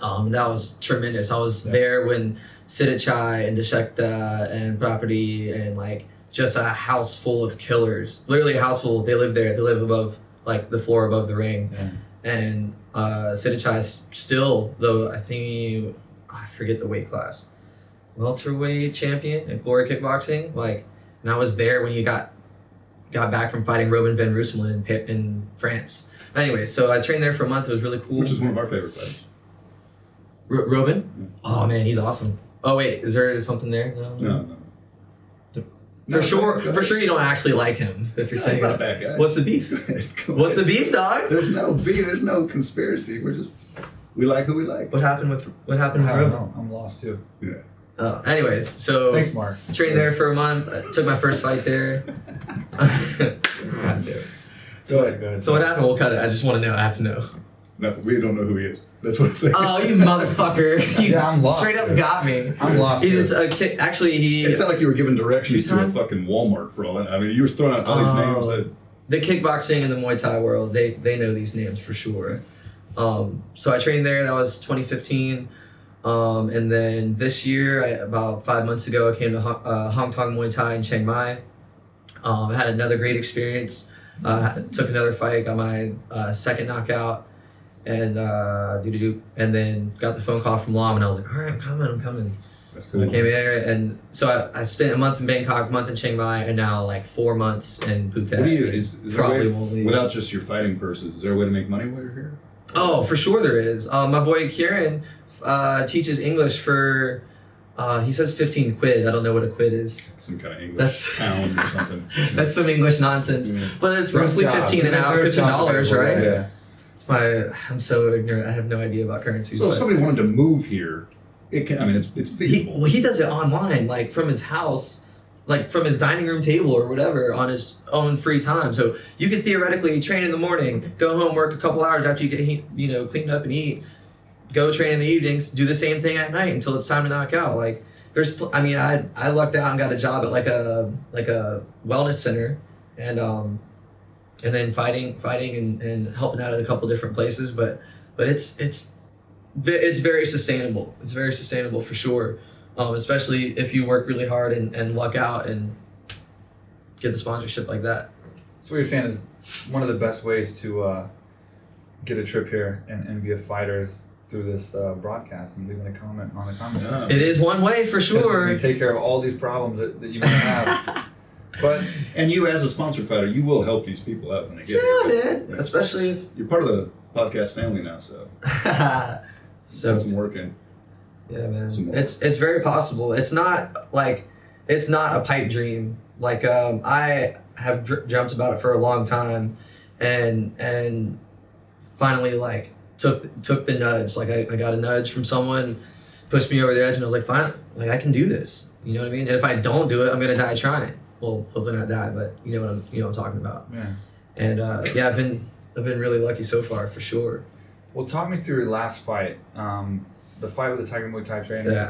Um, that was tremendous. I was there when Sidichai and Deshekta and Property and like just a house full of killers. Literally a house full. They live there. They live above like the floor above the ring.
Yeah.
And uh, Sidichai is still though I think I forget the weight class, welterweight champion at Glory Kickboxing. Like, and I was there when you got got back from fighting Robin van Roosmalen in, Pa- in France. Anyway, so I trained there for a month. It was really cool.
Which is one of our favorite fighters.
Ro- Robin? Oh man, he's awesome. Oh wait, is there something there? No.
No, no.
For sure,
go
for
ahead.
sure you don't actually like him if you're
No,
saying
he's not a
that.
bad guy. <laughs>
What's the
<laughs>
beef?
Go
What's the
ahead.
beef, dog?
There's no beef. There's no conspiracy. We're just we like who we like.
What happened with what happened with
I don't
Robin?
know. I'm lost too.
Oh, anyways, so
Thanks, Mark.
trained there for a month. I took my first
<laughs>
fight there. <laughs>
Go ahead, go ahead.
so what happened? We'll cut it. I just want to know. I have to know.
Nothing. We don't know who he is. That's what I'm saying.
Oh, you motherfucker! <laughs> You
Yeah, I'm lost,
straight up
dude.
got me.
I'm lost.
He's
too.
a kid. Actually, he
<laughs> it's not like you were giving directions to a
Two-time?
fucking Walmart for all that. I mean, you were throwing out all these names
Oh.
that
the kickboxing and the Muay Thai world, they they know these names for sure. Um, so I trained there. That was 2015, um, and then this year, I, about five months ago, I came to Hong, uh, Hong Kong Muay Thai in Chiang Mai. Um, I had another great experience. Uh, took another fight, got my uh, second knockout, and uh, doo doo, and then got the phone call from Lom, and I was like, "All right, I'm coming, I'm coming."
that's cool.
I came here, and so I, I spent a month in Bangkok, a month in Chiang Mai, and now like four months in Phuket.
What do you is, is there a
Probably
way,
won't leave.
without just your fighting person? Is there a way to make money while you're here?
Oh, for sure there is. Uh, my boy Kieran uh, teaches English for. Uh, he says fifteen quid. I don't know what a quid is.
Some kind of English
That's-
pound or something.
<laughs> That's some English nonsense.
Yeah.
But it's
Good
roughly
job.
fifteen an
Good
hour, fifteen
job.
dollars, right?
Yeah.
My, I'm so ignorant. I have no idea about currencies.
So if
but-
somebody wanted to move here, it can. I mean, it's it's
he,
feasible.
well, he does it online, like from his house. like from his dining room table or whatever on his own free time. So you could theoretically train in the morning, go home, work a couple hours after you get he- you know cleaned up and eat, go train in the evenings, do the same thing at night until it's time to knock out. Like there's, pl- I mean, I I lucked out and got a job at like a like a wellness center, and um, and then fighting fighting and, and helping out at a couple different places. But but it's it's ve- it's very sustainable. It's very sustainable for sure. Um, especially if you work really hard and, and luck out and get the sponsorship like that.
So what you're saying is one of the best ways to uh, get a trip here and, and be a fighter is through this uh, broadcast and leaving a comment on the comment.
Yeah.
It is one way for
You
sure.
take care of all these problems that, that you might
<laughs>
have. but
And you, as a sponsor fighter, you will help these people out when they
Yeah,
get here.
man. Especially if
You're part of the podcast family now, so
<laughs> so
put some work in.
yeah, man.
Some more.
It's it's very possible. It's not like it's not a pipe dream. Like um, I have dr- dreamt about it for a long time, and and finally like took took the nudge. Like I, I got a nudge from someone, pushed me over the edge, and I was like, fine, like I can do this. You know what I mean? And if I don't do it, I'm gonna die trying. Well, hopefully not die, but you know what I'm you know what I'm talking about.
yeah.
And uh, yeah, I've been I've been really lucky so far for sure.
Well, talk me through your last fight, um, the fight with the Tiger Muay Thai trainer.
Yeah.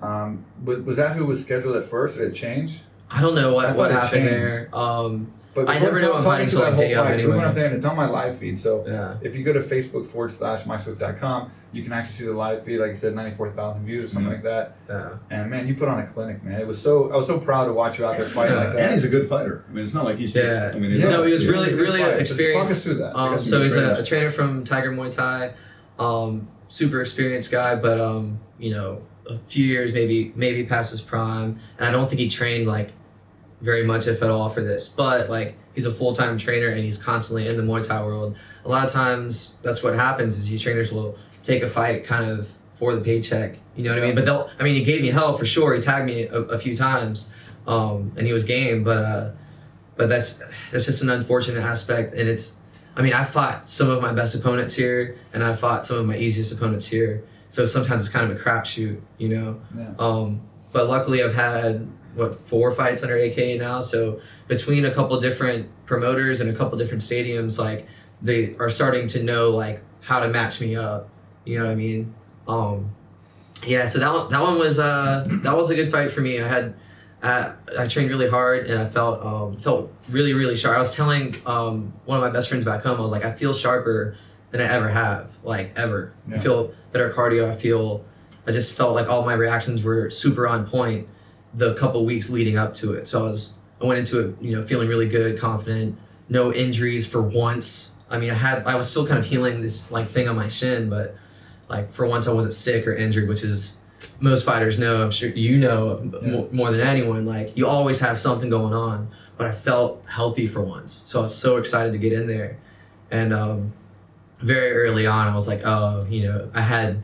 Um, was, was that who was scheduled at first? Did it change?
I don't know
I
what,
thought
what
it
happened
changed.
there. Um,
But
I never
talk-
know I'm
talk
fighting
me through
till
that
the day
whole
of
fight, 'cause we went
anyway.
up there and It's on my live feed, so
yeah.
if you go to Facebook forward slash myswift.com, you can actually see the live feed. Like I said, 94,000 views or something like
Mm-hmm.
that.
Yeah.
And man, you put on a clinic, man. It was so I was so proud to watch you out there fighting like
And
that.
he's a good fighter. I mean, it's not like he's just.
Yeah.
I mean, he's
Yeah.
No, he was
yeah.
really,
Good
really
fight. So just Talk us
experienced.
through that.
Um,
got some
so
good
he's a,
trainers.
a trainer from Tiger Muay Thai, um, super experienced guy, but um, you know, a few years maybe maybe past his prime, and I don't think he trained like very much, if at all, for this. But like, he's a full time trainer, and he's constantly in the Muay Thai world. A lot of times, that's what happens is these trainers will take a fight kind of for the paycheck. You know what I mean? But they'll, I mean, he gave me hell for sure. He tagged me a, a few times, um, and he was game, but. Uh, but that's that's just an unfortunate aspect and it's i mean i fought some of my best opponents here and i fought some of my easiest opponents here so sometimes it's kind of a crapshoot you know
Yeah.
um, but luckily i've had what four fights under aka now so between a couple different promoters and a couple different stadiums like they are starting to know like how to match me up you know what i mean um, yeah so that one, that one was uh, that was a good fight for me i had I, I trained really hard and I felt um, felt really really sharp. I was telling um, one of my best friends back home. I was like, I feel sharper than I ever have, like ever.
Yeah.
I feel better cardio. I feel I just felt like all my reactions were super on point the couple weeks leading up to it. So I was I went into it you know feeling really good, confident, no injuries for once. I mean I had I was still kind of healing this like thing on my shin, but like for once I wasn't sick or injured, which is most fighters know. I'm sure you know m-
Yeah.
more, more than anyone. Like you always have something going on, but I felt healthy for once, so I was so excited to get in there. And um, very early on, I was like, oh, you know, I had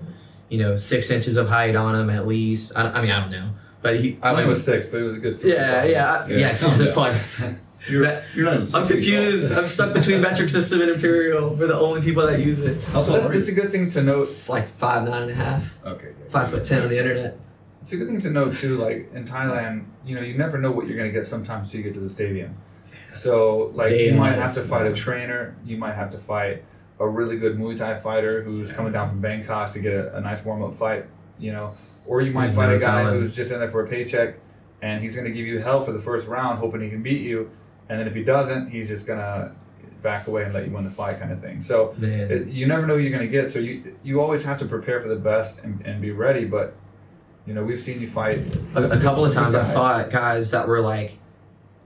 you know six inches of height on him at least. I, I mean, I don't know, but he,
I
I
only was six, but it was a good.
yeah, yeah,
Yeah.
yes.
Calm
This
down.
podcast.
You're, you're not even
I'm
something
confused.
tall.
I'm stuck between metric system and imperial. We're the only people that use it.
How tall
So
are
it's a
you?
good thing to note
Like five nine and a half,
Okay. yeah.
five foot ten on the internet.
It's a good thing to know too. Like in Thailand, you know, you never know what you're gonna get sometimes till you get to the stadium. So like you
Damn.
might have to fight a trainer, you might have to fight a really good Muay Thai fighter who's coming down from Bangkok to get a, a nice warm up fight, you know, or you might
Who's
fight a
no
guy
talent.
who's just in there for a paycheck, and he's gonna give you hell for the first round, hoping he can beat you, and then if he doesn't, he's just gonna back away and let you win the fight, kind of thing. So
Man.
it, you never know who you're going to get. So you you always have to prepare for the best and, and be ready. But you know we've seen you fight.
a, a couple of times I
Guys.
fought guys that were like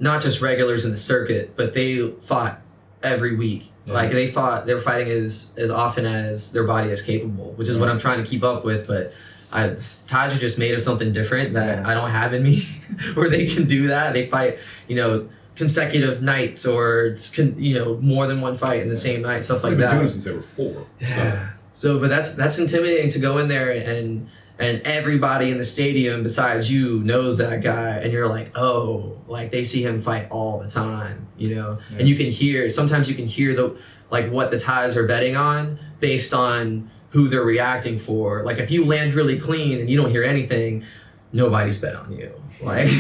not just regulars in the circuit, but they fought every week.
Yeah.
Like they fought, they were fighting as as often as their body is capable, which is what I'm trying to keep up with. But I, ties are just made of something different that
Yeah.
I don't have in me, <laughs> where they can do that. They fight, you know, consecutive nights or it's con, you know more than one fight in the same night, stuff like
I've been
that.
doing it since they were four. So.
Yeah. So, but that's that's intimidating to go in there and and everybody in the stadium besides you knows that guy, and you're like, oh, like they see him fight all the time, you know.
Yeah.
And you can hear sometimes you can hear the like what the ties are betting on based on who they're reacting for. Like if you land really clean and you don't hear anything, nobody's bet on you. Like <laughs>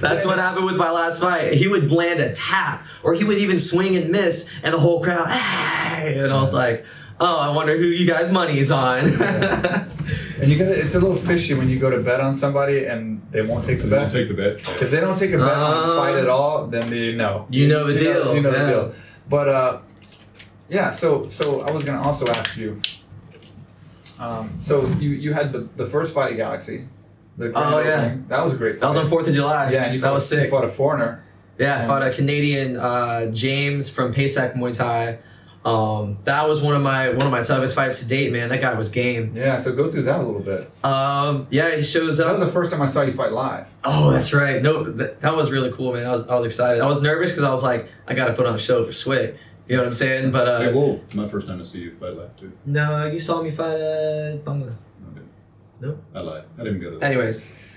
that's what happened with my last fight. He would land a tap, or he would even swing and miss, and the whole crowd, "Hey!" and I was like, "Oh, I wonder who you guys' money is on." <laughs>
And you gotta, it's a little fishy when you go to bet on somebody and they won't take the
I'll
bet.
take the bet.
Uh,
If they don't take a bet on
Um,
a fight at all, then they know.
You know the deal,
you know
yeah.
the deal. But uh, yeah, so so I was gonna also ask you. Um, so you you had the, the first fight at Galaxy. The grand
Oh, yeah.
opening. that was a great.
that
Fight.
was on Fourth of July.
Yeah, and you
that
fought,
was
You
sick.
fought a foreigner.
Yeah, I fought a Canadian uh, James from Paysac Muay Thai. Um, that was one of my one of my toughest fights to date, man. That guy was game.
Yeah, so go through that a little bit.
Um, yeah, he shows
That
up.
was the first time I saw you fight live.
Oh, that's right. No, th- that was really cool, man. I was, I was excited. I was nervous because I was like, I got to put on a show for Sway. You know what I'm saying? But uh,
Hey, whoa! My first time to see you fight live too.
no, you saw me fight uh, Bangla.
Okay.
No?
I lied. I didn't go to that.
Anyways,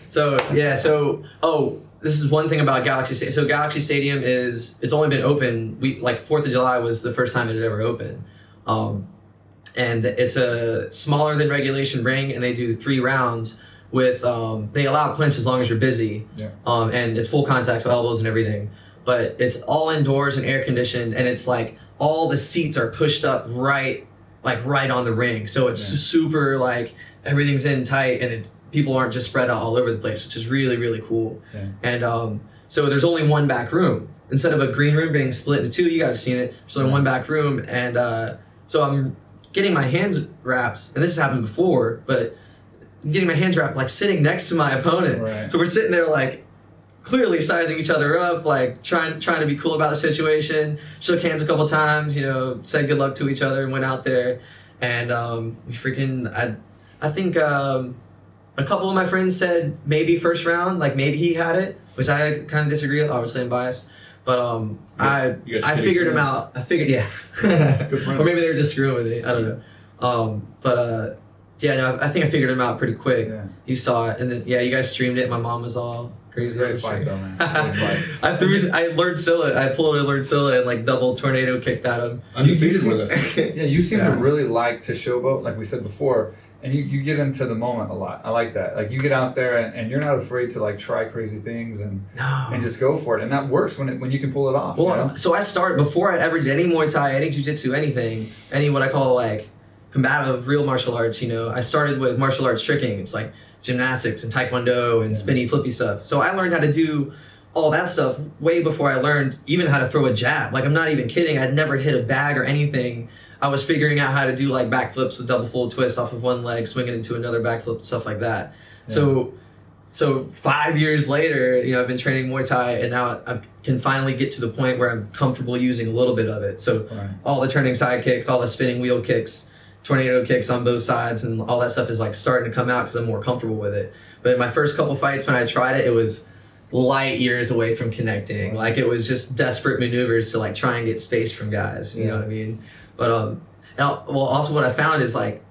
so yeah, so oh, this is one thing about Galaxy. Sta- So Galaxy Stadium is it's only been open. We like Fourth of July was the first time it had ever opened, um, and it's a smaller than regulation ring, and they do three rounds. With um, they allow clinch as long as you're busy,
Yeah.
um, and it's full contact, so elbows and everything. But it's all indoors and air conditioned, and it's like all the seats are pushed up right like right on the ring. So it's
Yeah.
super like everything's in tight and it's people aren't just spread out all over the place, which is really really cool.
Yeah.
And um, so there's only one back room instead of a green room being split into two. You guys have seen it. There's only one back room, and uh, so I'm getting my hands wrapped, and this has happened before, but I'm getting my hands wrapped like sitting next to my opponent.
Right.
So we're sitting there like clearly sizing each other up, like trying trying to be cool about the situation. Shook hands a couple times, you know, said good luck to each other, and went out there, and um, we freaking I I think um, a couple of my friends said maybe first round, like maybe he had it, which I kind of disagree with. Obviously, I'm biased. But um, I
you got
I
shitty
figured him
friends.
out. I figured
<laughs>
yeah,
friend.
or maybe they were just screwing with me. I don't know. Um, but uh, yeah, no, I, I think I figured him out pretty quick.
Yeah.
You saw it, and then yeah, you guys streamed it. My mom was all
It was a
crazy.
great
<laughs>
fight though, <laughs> man. Great fight.
I threw. I lured Scylla. I pulled a lured Scylla and like double tornado kicked at him.
Undefeated with
<laughs>
us.
Yeah, you seem to
Yeah.
really like to showboat, like we said before, and you, you get into the moment a lot. I like that. Like you get out there and, and you're not afraid to like try crazy things and and just go for it. And that works when it when you can pull it off. you
Well,
know?
so I started before I ever did any Muay Thai, any Jiu Jitsu, anything, any what I call like combative real martial arts. You know, I started with martial arts tricking. It's like gymnastics and taekwondo and spinny flippy stuff. So I learned how to do all that stuff way before I learned even how to throw a jab. Like I'm not even kidding. I'd never hit a bag or anything. I was figuring out how to do like backflips with double full twists off of one leg, swinging into another backflip, stuff like that. So so five years later, you know, I've been training Muay Thai, and now I can finally get to the point where I'm comfortable using a little bit of it. So
Right.
all the turning side kicks, all the spinning wheel kicks, tornado kicks on both sides, and all that stuff is like starting to come out because I'm more comfortable with it. But in my first couple fights when I tried it, it was light years away from connecting. Like it was just desperate maneuvers to like try and get space from guys. You know what I mean? But um, and I'll- well, also what I found is like,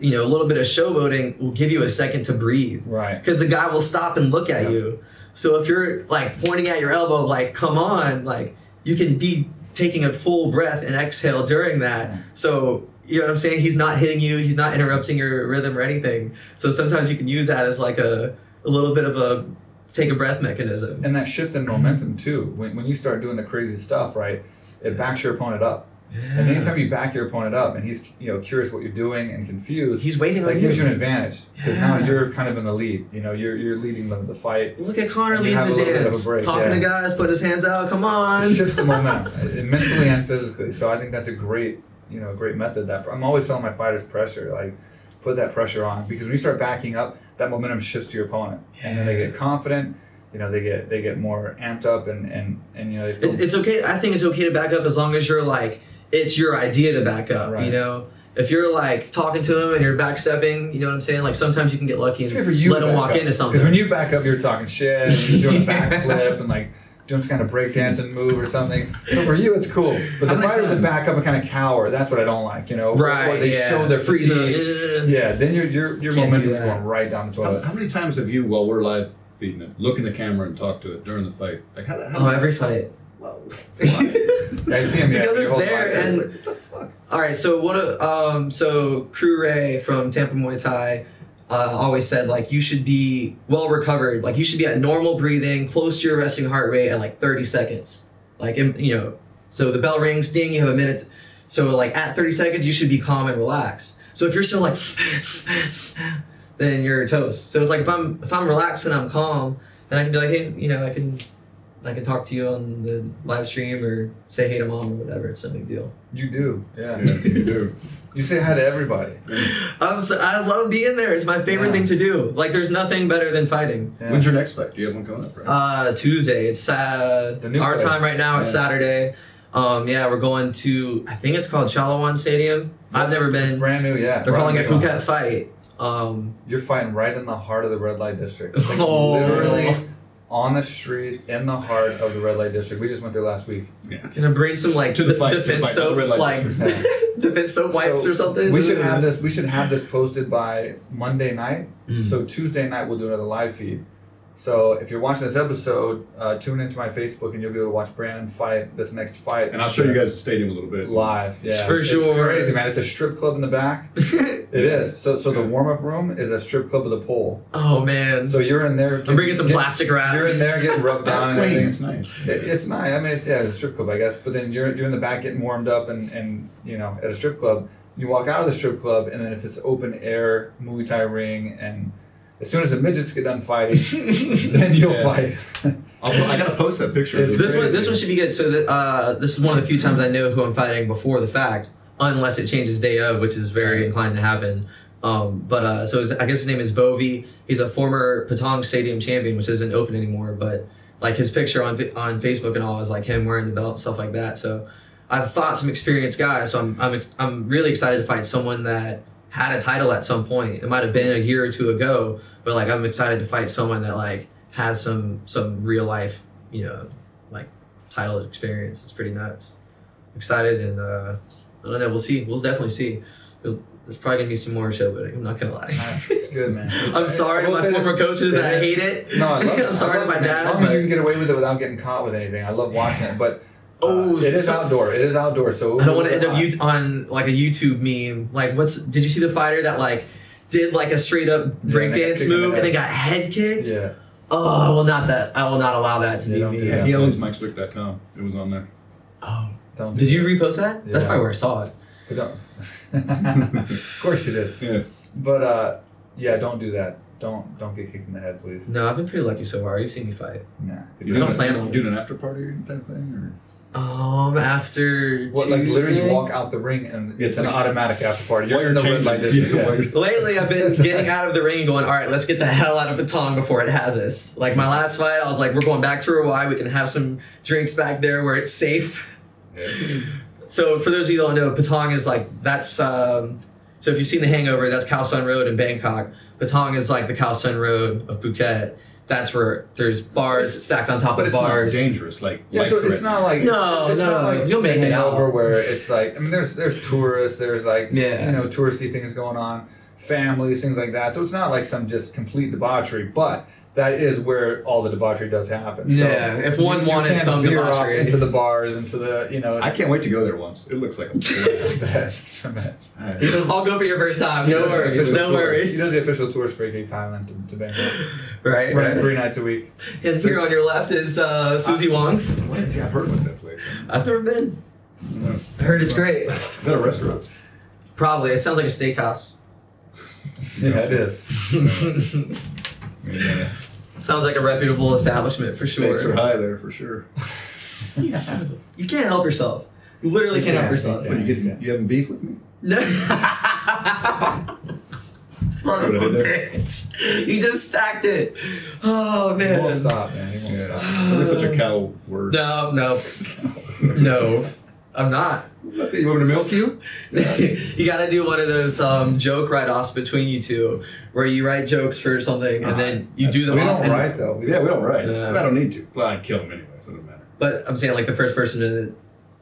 you know, a little bit of showboating will give you a second to breathe
Right.
because the guy will stop and look at you. So if you're like pointing at your elbow, like come on, like you can be taking a full breath and exhale during that. So you know what I'm saying? He's not hitting you. He's not interrupting your rhythm or anything. So sometimes you can use that as like a, a little bit of a take a breath mechanism.
And that shift in momentum too. When when you start doing the crazy stuff, right, it backs your opponent up. And anytime you back your opponent up and he's you know curious what you're doing and confused,
He's waiting
that
on
gives you
you.
an advantage because now you're kind of in the lead. You know, you're you're leading them to the fight.
Look at Connor
And you have
leading
a
the
little bit of a
dance,
break,
talking
yeah.
to guys, put his hands out. Come
<laughs>
on.
It shifts the momentum uh, mentally and physically. So I think that's a great, you know, great method. That I'm always telling my fighters pressure, like put that pressure on because when you start backing up, that momentum shifts to your opponent, and then they get confident. You know, they get they get more amped up, and and and you know, they feel,
It, it's okay. I think it's okay to back up as long as you're like, it's your idea to back up. You
Right.
know, if you're like talking to him and you're backstepping, you know what I'm saying? Like sometimes you can get lucky and
It's good for you
let him walk into something.
Because when you back up, you're talking shit, and you're
<laughs>
doing a
Yeah.
backflip, and like doing some kind of breakdancing move or something. So for you, it's cool. But
How
the
many
fighters that
times?
back up and kind of cower, that's what I don't like. You know,
um, Right,
Or they
yeah.
show their
Freeze up.
fatigue. Yeah. Then your your your
Can't do
momentum's
that.
going right down the
<laughs>
How,
toilet.
how many times have you, while we're live feeding it, look in the camera and talk to it during the fight? Like how? how
oh, every fight.
Whoa. <laughs>
I see him. Yeah,
Because
your
it's
whole
there
life.
and-
what the fuck?
uh, All right, so what? A, um, so Crew Ray from Tampa Muay Thai, uh, always said like you should be well recovered, like you should be at normal breathing, close to your resting heart rate at like 30 seconds. Like in, you know, so the bell rings, ding, you have a minute. So like at 30 seconds, you should be calm and relaxed. So if you're still like, <laughs> then you're toast. So it's like if I'm if I'm relaxed and I'm calm, then I can be like, hey, you know, I can I can talk to you on the live stream or say hey to mom or whatever. It's no big deal.
You do, yeah.
Yeah, you do.
You say hi to everybody.
I'm so, I love being there. It's my favorite
Yeah.
thing to do. Like there's nothing better than fighting.
Yeah.
When's your next fight? Do you have one coming up? Right?
Uh, Tuesday. It's uh,
The new
our
place.
time right now. It's
Yeah.
Saturday. Um, yeah, we're going to. I think it's called Chalawan Stadium. I've never
It's
been.
brand new, yeah.
They're calling it
Brand new.
Phuket Fight. Um,
You're fighting right in the heart of the red light
<laughs>
district. Like,
Oh.
Literally on the street in the heart of the red light district. We just went there last week.
gonna bring some like
To the
de-
fight, to the
defense
fight, not the
soap,
red light
like <laughs>
district.
defense soap wipes
So
or something.
We should have this. We should have this posted by Monday night.
Mm.
So Tuesday night we'll do another live feed. So if you're watching this episode, uh, tune into my Facebook and you'll be able to watch Brandon fight this next fight.
And I'll show you guys the stadium a little bit.
live. Yeah,
It's for sure.
crazy, man. It's a strip club in the
<laughs>
back. It is. So so the warm up room is a strip club with a pole.
oh man,
So you're in there.
I'm bringing some
get-
plastic wrap.
You're in there getting rubbed
That's
down. and
clean.
everything.
It's nice.
It, it's nice. I mean, it's, yeah, it's a strip club, I guess. But then you're you're in the back getting warmed up, and and you know, at a strip club, you walk out of the strip club, and then it's this open air Muay Thai ring, and as soon as the midgets get done
<laughs>
fighting, then you'll
Yeah.
fight.
I'll, I gotta post that picture.
It's
It's
This one, this one should be good. So that, uh, this is one of the few times I know who I'm fighting before the fact, unless it changes day of, which is very inclined to happen. Um, but uh, so his, I guess his name is Bovey. He's a former Patong Stadium champion, which isn't open anymore. But like his picture on Fa- on Facebook and all is like him wearing the belt and stuff like that. So I've fought some experienced guys, so I'm I'm ex- I'm really excited to fight someone that had a title at some point. It might have been a year or two ago, but like I'm excited to fight someone that like has some some real life, you know, like title experience. It's pretty nuts. Excited and uh, I don't know. We'll see. We'll definitely see. We'll- there's probably gonna be some more showboating. I'm not gonna lie.
it's good, man.
<laughs> I'm sorry to
We'll
my
say
former
this-
coaches that
it
I
is-
hate it.
No,
<laughs>
I love it.
I'm sorry
I
to
love
my
it, man.
dad.
As long as
but-
you can get away with it without getting caught with anything, I love watching it. But uh,
Oh,
it is
so-
outdoor. It is outdoor. So
I don't want to end up you on like a YouTube meme. Like, what's did you see the fighter that like did like a straight up
Yeah, and they got kicked
breakdance
in the
move and
head.
then got head kicked?
Yeah.
Oh, I will not that. I will not allow that to
Yeah,
be
don't
me.
do
yeah, he owns MikeSwick.com. It was on there.
Oh,
Don't do
did you repost that? That's
Yeah.
probably where I saw it.
that.
<laughs>
Don't. of course you did.
Yeah.
But uh, yeah, don't do that. Don't don't get kicked in the head, please.
No, I've been pretty lucky so far. You've seen me fight.
Nah.
You
don't
doing
plan
a-
on
you
it.
doing an after party or type thing,
Um, after
What, like literally
Tuesday-
you walk out the ring and
It's
it's an
like-
automatic after party.
or
You're in the red light district.
Yeah,
Yeah.
while you're-
Lately, I've been getting out of the ring and going, all right, let's get the hell out of Patong before it has us. Like my last fight, I was like, we're going back to Hawaii. We can have some drinks back there where it's safe.
Yeah.
So for those of you that don't know, Patong is like that's. Um, so if you've seen The Hangover, that's Khao Sun Road in Bangkok. Patong is like the Khao Sun Road of Phuket. That's where there's bars stacked on top
But
of
it's not
bars.
dangerous. Like
Yeah,
life
so it's
threatening.
not like
No,
it's
no,
not like
you'll make it
anything
out.
over where it's like I mean, there's there's tourists, there's like
Yeah.
you know touristy things going on, families, things like that. So it's not like some just complete debauchery, but that is where all the debauchery does happen. So
Yeah, if one
you
wanted
can
some
veer off
debauchery.
into the bars, into the you know.
I can't wait to go there once. It looks like a. <laughs>
<laughs>
Alright.
<laughs> I'll go for your first time. No worries. No
He
worries.
does the official tour for AK Thailand to, to Bangkok. Right,
Right. Right.
three nights a week.
And here on your left is uh, Susie Wong's.
What is- I've heard about that place.
I've never been.
No.
I heard it's great.
Is that a restaurant?
Probably. It sounds like a steakhouse. <laughs>
Yeah, it is.
Yeah.
Sounds like a reputable establishment for
Stakes are
sure.
high there for sure.
You son of a- you can't help yourself. You literally
You
can't help
can't, you
yourself.
What, you getting? You having beef with me?
No. <laughs>
what I did there.
Bitch. You just stacked it. Oh
He won't
man.
stop, man. He won't
Yeah.
stop.
That is such a cow word. <laughs>
No, no, no. I'm not.
What, You want me to
<laughs>
milk you?
you gotta do one of those um, joke write-offs between you two, where you write jokes for something and
Ah,
then you do them.
We
off
don't
and-
write though.
Yeah, we don't write.
Yeah.
I don't need to. Well, I'd kill him anyway, so it doesn't matter.
But I'm saying like the first person to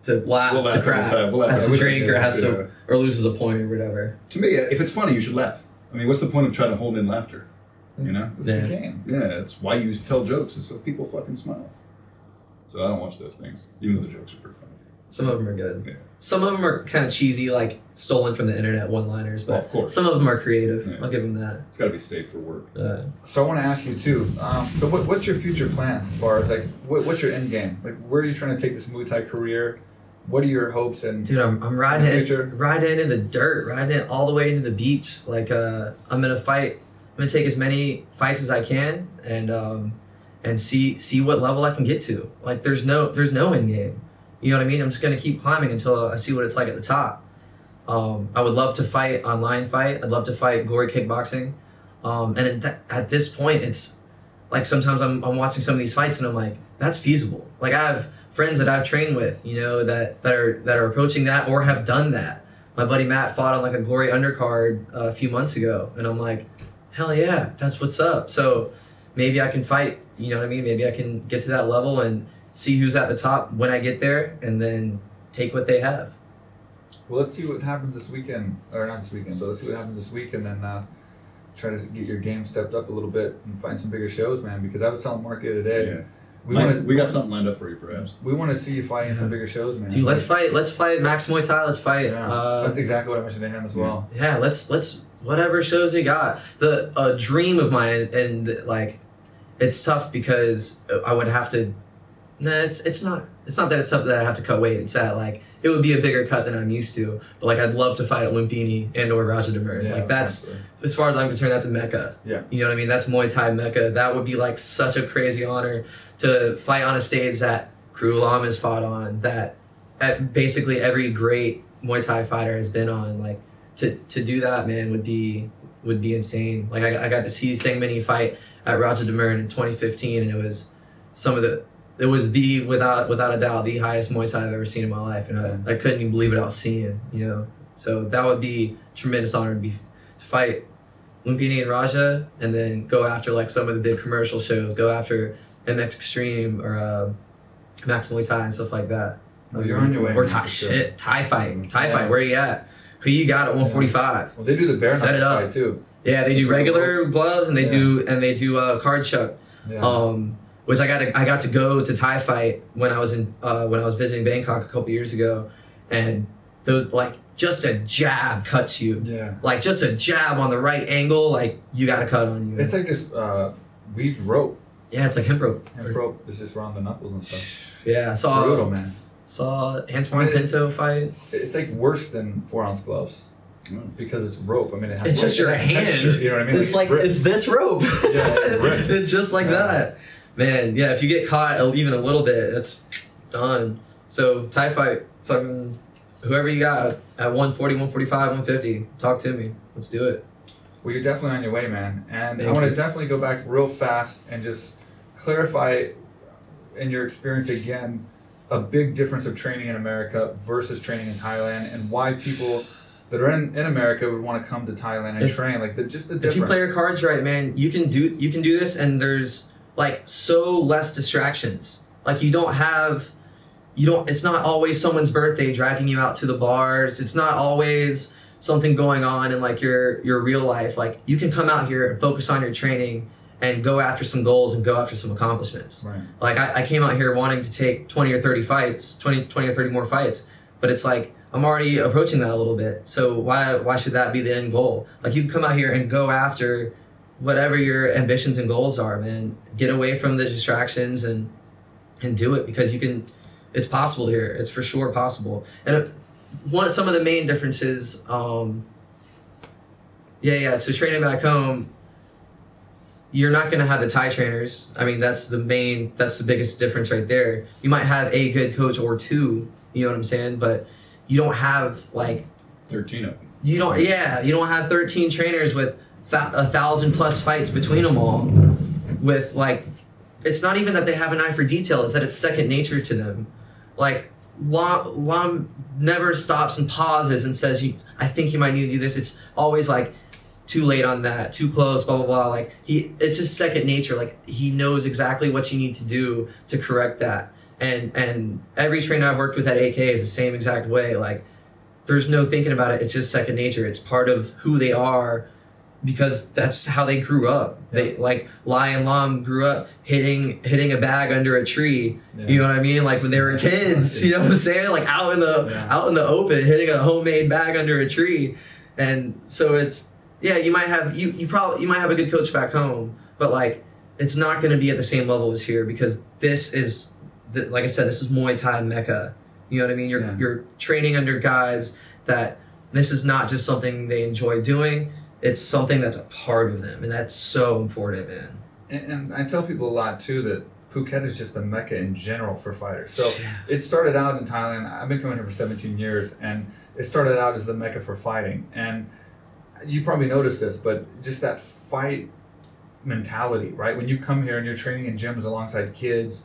to laugh,
We'll laugh
to
every
crap,
time. We'll laugh
has to
every-
drink or has
Yeah.
to or loses a point or whatever.
To me, if it's funny, you should laugh. I mean, what's the point of trying to hold in laughter? You know?
It's the
Yeah.
game.
Yeah, that's why you tell jokes, is so people fucking smile. So I don't watch those things, even though the jokes are pretty funny.
Some of them are good. Some of them are kind of cheesy, like stolen from the internet one-liners, but
Well, of course.
some of them are creative.
Yeah.
I'll give them that.
It's got to be safe for work.
Uh,
So I want to ask you too. Um, so what, what's your future plan as far as like what, what's your end game? Like where are you trying to take this Muay Thai career? What are your hopes and
Dude, I'm, I'm riding
In the
it,
future.
riding it in the dirt, riding it all the way into the beach. Like uh, I'm gonna fight. I'm gonna take as many fights as I can, and um, and see see what level I can get to. Like there's no there's no end game. You know what I mean? I'm just gonna keep climbing until I see what it's like at the top. Um, I would love to fight online fight. I'd love to fight glory kickboxing. Um, and at, that, at this point, it's like sometimes I'm, I'm watching some of these fights and I'm like, that's feasible. Like I have friends that I've trained with, you know, that, that are that are approaching that or have done that. My buddy Matt fought on like a glory undercard uh, a few months ago, and I'm like, hell yeah, that's what's up. So maybe I can fight. You know what I mean? Maybe I can get to that level and see who's at the top when I get there, and then take what they have.
well, let's see what happens this weekend or not this weekend, but let's see what happens this week and then uh, try to get your game stepped up a little bit and find some bigger shows, man. Because I was telling Mark the other day, we
Mike,
want to
we got something lined up for you, perhaps.
we want to see you fighting some bigger shows, man.
Dude, let's fight. Let's fight Max Muay Thai. Let's fight.
Yeah.
Uh,
That's exactly what I mentioned to him as well.
yeah let's let's whatever shows you got the a dream of mine and like it's tough because i would have to nah it's it's not it's not that it's tough that i have to cut weight it's that like it would be a bigger cut than i'm used to but like i'd love to fight at limpini and or raja demir
Yeah,
like that's
exactly.
as far as i'm concerned that's a mecca
Yeah.
you know what i mean that's muay thai mecca that would be like such a crazy honor to fight on a stage that crew lam has fought on that at basically every great muay thai fighter has been on like to to do that, man, would be would be insane. Like I, I got to see Sangmini fight at Roger Demern in 2015, and it was some of the it was the without without a doubt the highest Muay Thai I've ever seen in my life, and I, I couldn't even believe what I was seeing. You know, so that would be a tremendous honor to be to fight Lumpini and Raja, and then go after like some of the big commercial shows, go after MX Extreme or uh, Max Muay Thai and stuff like that.
Well, Oh, you're on your way,
Or
man,
Thai
for sure.
shit, Thai fight, Thai
Yeah.
fight. Where you at? Who you got at 145?
Well, they do the bare
Set
knuckle
it up.
fight too.
Yeah, they do regular gloves and they
Yeah.
do and they do uh, card chuck.
Yeah.
Um, which I got to, I got to go to Thai fight when I was in uh, when I was visiting Bangkok a couple years ago, and those like just a jab cuts you,
yeah.
like just a jab on the right angle, like you got a cut on you.
It's like just uh, weaved rope.
yeah, it's like hemp rope.
And rope is just around the knuckles and stuff.
Yeah, I saw
Brutal, man.
saw Antoine Pinto fight.
It's like worse than four ounce gloves
Mm.
because it's rope. I mean, it has
It's just
it
your
has texture,
hand.
you know what I mean?
It's like
grip.
it's this rope.
Yeah, it rips.
<laughs> it's just like
Yeah.
that, man. Yeah, if you get caught a- even a little bit, it's done. So tie fight, fucking whoever you got at 140, 145, 150, talk to me. Let's do it.
well, you're definitely on your way, man. And I
Thank
want to
you.
definitely go back real fast and just clarify in your experience again a big difference of training in America versus training in Thailand and why people that are in, in America would want to come to Thailand and
If-
train. Like, the, just the difference.
If you play your cards right, man, you can do you can do this, and there's like so less distractions. Like you don't have, you don't. It's not always someone's birthday dragging you out to the bars. It's not always something going on in like your your real life. Like you can come out here and focus on your training and go after some goals and go after some accomplishments.
Right.
Like I, I came out here wanting to take 20 or 30 fights, 20, 20 or 30 more fights, but it's like I'm already approaching that a little bit. So why why should that be the end goal? Like you can come out here and go after whatever your ambitions and goals are, man. Get away from the distractions and and do it because you can it's possible here. It's for sure possible. And if, one some of the main differences um yeah, yeah, so training back home you're not going to have the tie trainers. I mean, that's the main, that's the biggest difference right there. You might have a good coach or two, you know what I'm saying? But you don't have like,
Thirteen of them.
you don't, yeah, you don't have 13 trainers with th- a thousand plus fights between them all. With like, it's not even that they have an eye for detail, it's that it's second nature to them. Like, Lom, Lom never stops and pauses and says, "You, I think you might need to do this. It's always like, too late on that, too close, blah blah blah. Like he, it's his second nature. Like he knows exactly what you need to do to correct that. And and every trainer I've worked with at AK is the same exact way. Like there's no thinking about it. It's just second nature. It's part of who they are, because that's how they grew up. They like Lion Lam grew up hitting hitting a bag under a tree. You know what I mean? Like when they were kids, you know what I'm saying? Like out in the
Yeah.
out in the open, hitting a homemade bag under a tree. And so it's yeah, you might have you you probably you might have a good coach back home, but like it's not going to be at the same level as here because this is the, like I said, this is Muay Thai mecca. You know what I mean? You're
Yeah.
you're training under guys that this is not just something they enjoy doing. It's something that's a part of them, and that's so important, man.
And, and I tell people a lot too that Phuket is just a mecca in general for fighters. So
Yeah.
it started out in Thailand. I've been coming here for 17 years, and it started out as the mecca for fighting. And you probably noticed this, but just that fight mentality, right? When you come here and you're training in gyms alongside kids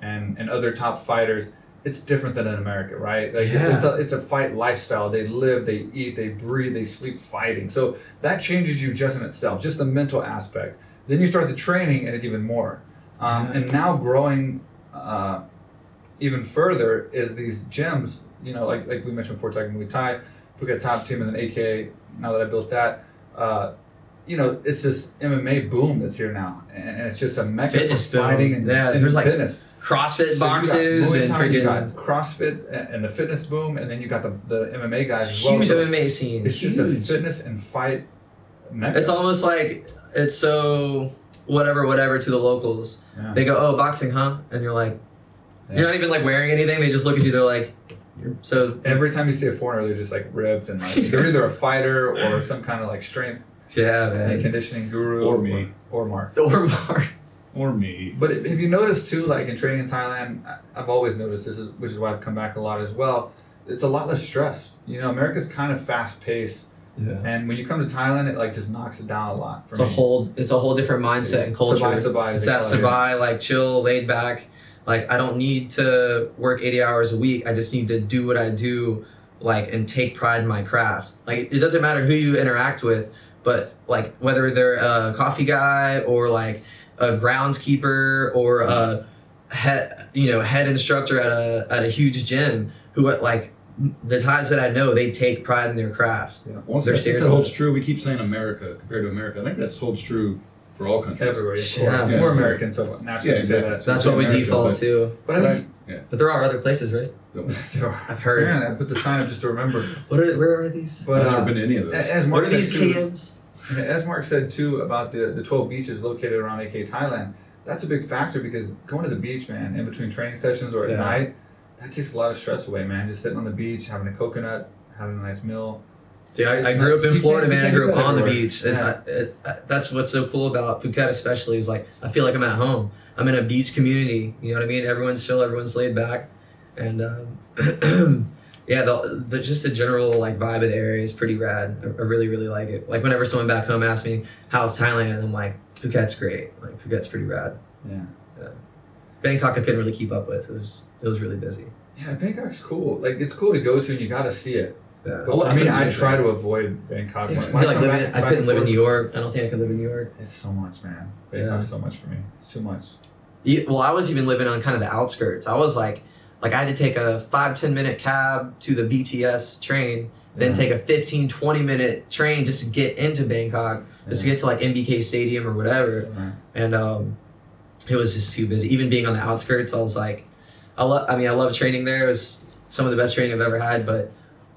and, and other top fighters, it's different than in America, right? Like
Yeah.
it's, a, it's a fight lifestyle. They live, they eat, they breathe, they sleep fighting. So that changes you just in itself, just the mental aspect. Then you start the training, and it's even more. Um, and now growing uh, even further is these gyms. You know, like like we mentioned before, talking Muay Thai, Phuket Top Team, and then AKA. Now that I built that, uh, you know, it's this MMA boom that's here now, and, and it's just a mecca
Fitness
for
boom.
fighting and,
Yeah,
and
there's like
fitness.
CrossFit
So you got
boxes
Muay
and
Thai, you
freaking
got CrossFit and, and the fitness boom, and then you got the, the MMA guys as well.
huge
So
MMA scene.
it's just
huge.
a fitness and fight mecca.
It's almost like it's so whatever, whatever to the locals.
Yeah.
They go, "Oh, boxing, huh?" And you're like,
Yeah.
you're not even like wearing anything. They just look at you. They're like, you're so
Every time you see a foreigner, they're just like ripped and like
<laughs>
they're either a fighter or some kind of like strength
yeah, <laughs>
and
man.
conditioning guru
Or me.
or, or Mark.
Or Mark.
Or me.
But have you noticed too, like in training in Thailand, I- I've always noticed this is, which is why I've come back a lot as well. It's a lot less stress. You know, America's kind of fast paced,
Yeah.
and when you come to Thailand, it like just knocks it down a lot. For
It's a
me.
whole it's a whole different mindset
It's
and culture.
sabai, sabai,
it's
they
that
call it.
sabai, like chill, laid back. Like I don't need to work eighty hours a week. I just need to do what I do, like and take pride in my craft. Like it doesn't matter who you interact with, but like whether they're a coffee guy or like a groundskeeper or a head you know head instructor at a at a huge gym who uh, like the ties that I know they take pride in their craft.
Once
They're
I think
serious
that
about
holds true. We keep saying America compared to America. I think that holds true for all countries.
everywhere. Of course.
Yeah.
We're American, so naturally
Yeah,
say
exactly.
that. So
That's
say
what we
America,
default
but-
to.
But, but I think
But there are other places, right?
there <laughs> are.
I've heard.
Man, I put the sign up just to remember.
What are where are these?
But
I've
uh,
never been to any of
a-
those.
as
What
Mark
are
said,
these
too,
KMs?
And As Mark said too about the, the 12 beaches located around AK Thailand, that's a big factor because going to the beach, man, in between training sessions or at
Yeah.
night, that takes a lot of stress away, man. Just sitting on the beach, having a coconut, having a nice meal.
Dude, I, I
It's
grew
not-
up in
you
Florida,
can't- you
man. I
can't
grew
do
up
that
on the
everywhere.
beach. It's,
Yeah.
it, it, that's what's so cool about Phuket, especially, is like I feel like I'm at home. I'm in a beach community. You know what I mean? Everyone's chill, everyone's laid back, and um, <clears throat> yeah, the, the just the general like vibe of the area is pretty rad. I, I really, really like it. Like whenever someone back home asks me how's Thailand, I'm like Phuket's great. Like Phuket's pretty rad.
Yeah.
Bangkok, I couldn't really keep up with. It was it was really busy.
Yeah, Bangkok's cool. Like, it's cool to go to and you gotta see it.
Yeah.
But
Oh,
for
I
me,
couldn't
I
live
try
there.
to avoid Bangkok.
It's
When
I, like
come
living,
back-
I
back
couldn't
and
live in
forth,
New York. I don't think I could live in New York.
It's so much, man. Bangkok's so much for me. It's too much.
Yeah, well, I was even living on kind of the outskirts. I was like, like I had to take a five ten minute cab to the BTS train, then
Yeah.
take a 15, 20 minute train just to get into Bangkok, just to
Mm-hmm.
get to like MBK Stadium or whatever.
Yeah.
And um, it was just too busy. Even being on the outskirts, I was like, I love. I mean, I love training there. It was some of the best training I've ever had. But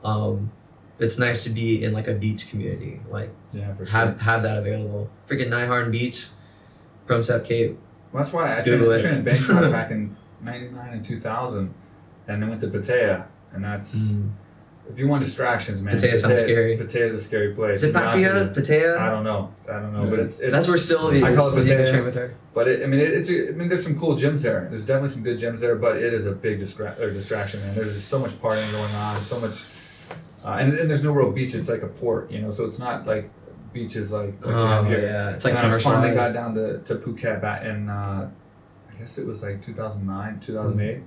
um, it's nice to be in like a beach community, like
Yeah, for sure.
have have that available. Freaking Nyharn Beach, Promsep Cape.
Well, that's why I trained,
Google
I
it.
trained in
<laughs>
Bangkok back in '99 and 2000, and then went to Pattaya, and that's
Mm.
if you want distractions, man.
Pattaya sounds scary.
Pattaya's a scary place.
Is it
to be honest with
Patea?
you. I
Patea?
don't know. I don't know, but
Yeah.
it's, it's
That's where Sylvie.
I call it
is. You have
Patea.
to train with her.
But it, I mean, it, it's a, I mean, there's some cool gyms there. There's definitely some good gyms there, but it is a big distra- or distraction, man. There's just so much partying going on, so much, uh, and, and there's no real beach. It's like a port, you know. So it's not like beaches like. like down
Oh
here.
yeah, it's like
and I finally got
commercialized.
down to, to Phuket back in, uh, I guess it was like 2009, 2008.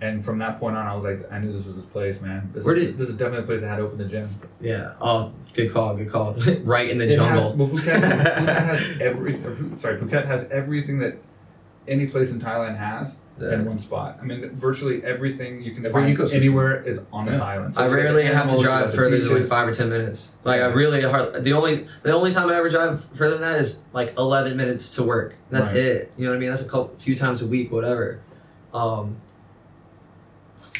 And from that point on, I was like, I knew this was this place, man. This,
Where
is,
did-
this is definitely a place that had opened the gym.
Yeah. Oh, good call. Good call. <laughs> right in the
It had-
jungle. <laughs>
well, Phuket, Phuket has every, or, Phu- sorry, Phuket has everything that any place in Thailand has in
Yeah.
one spot. I mean, virtually everything you can
Every
find
ecosystem.
anywhere is on this
Yeah.
island.
I rarely have to drive further than like
Beaches.
five or ten minutes. Like I really hard. The only the only time I ever drive further than that is like eleven minutes to work. That's
Right.
it. You know what I mean? That's a couple few times a week, whatever. Um,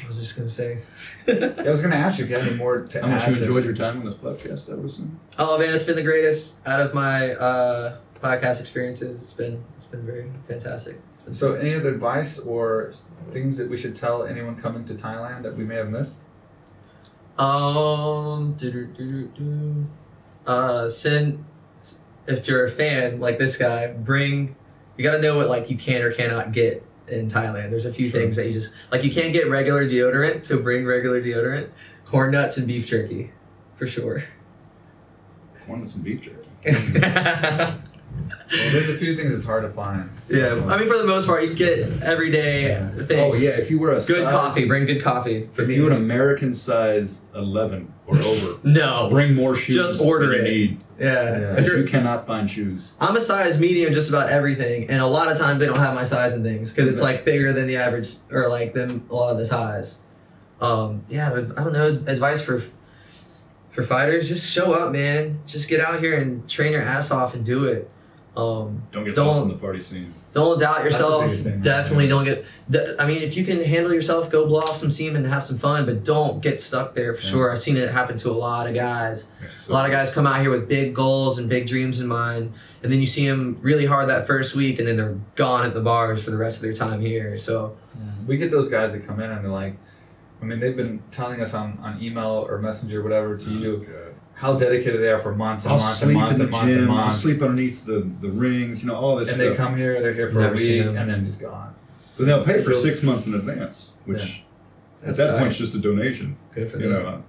I was just gonna say.
<laughs> Yeah, I was gonna ask you if you had any more to
How
add.
much
uh,
you
to-
enjoyed your time on this podcast, Edison?
oh man, it's been the greatest out of my uh, podcast experiences. It's been it's been very fantastic. It's been-
So, any other advice or things that we should tell anyone coming to Thailand that we may have missed?
Um, doo-doo-doo-doo-doo. uh, send if you're a fan like this guy, bring. You gotta know what like you can or cannot get in Thailand. There's a few
Sure.
things that you just like. You can't get regular deodorant, so bring regular deodorant, corn nuts, and beef jerky, for sure. <laughs>
One with some beef jerky.
yeah,
Well, there's a few things that's hard to find.
I mean for the most part, you can get everyday things.
Oh yeah, if you were a
good
size-
coffee. Bring good coffee.
If you were an American size 11 or over,
no,
bring more shoes.
Just order
than you
it.
Need.
yeah.
Yeah.
If you cannot find shoes,
I'm a size medium just about everything, and a lot of times they don't have my size in things because it's like bigger than the average or like them a lot of the ties. Um, yeah, but I don't know. Advice for for fighters: just show up, man. Just get out here and train your ass off and do it. Um,
don't get
Don't-
lost in the party scene.
don't doubt
the
yourself.
biggest thing, right?
Definitely don't get. d- I mean, if you can handle yourself, go blow off some semen and have some fun, but don't get stuck there for sure. I've seen it happen to a lot of guys. A lot of guys come out here with big goals and big dreams in mind, and then you see them really hard that first week, and then they're gone at the bars for the rest of their time here. So
We get those guys that come in and they're like, I mean, they've been telling us on, on email or messenger, whatever, to you,
uh,
how dedicated they are for months and
I'll
months and
sleep in
months
the
and months
gym.
and
I'll
months.
sleep underneath the, the rings. You know all this
and
stuff.
they come here, they're here for
Never
a
seen
week,
them.
and then just gone.
but they'll pay for
Feels-
six months in advance, which at
that's
that point
tight.
it's just a donation.
good for
You
them.
know,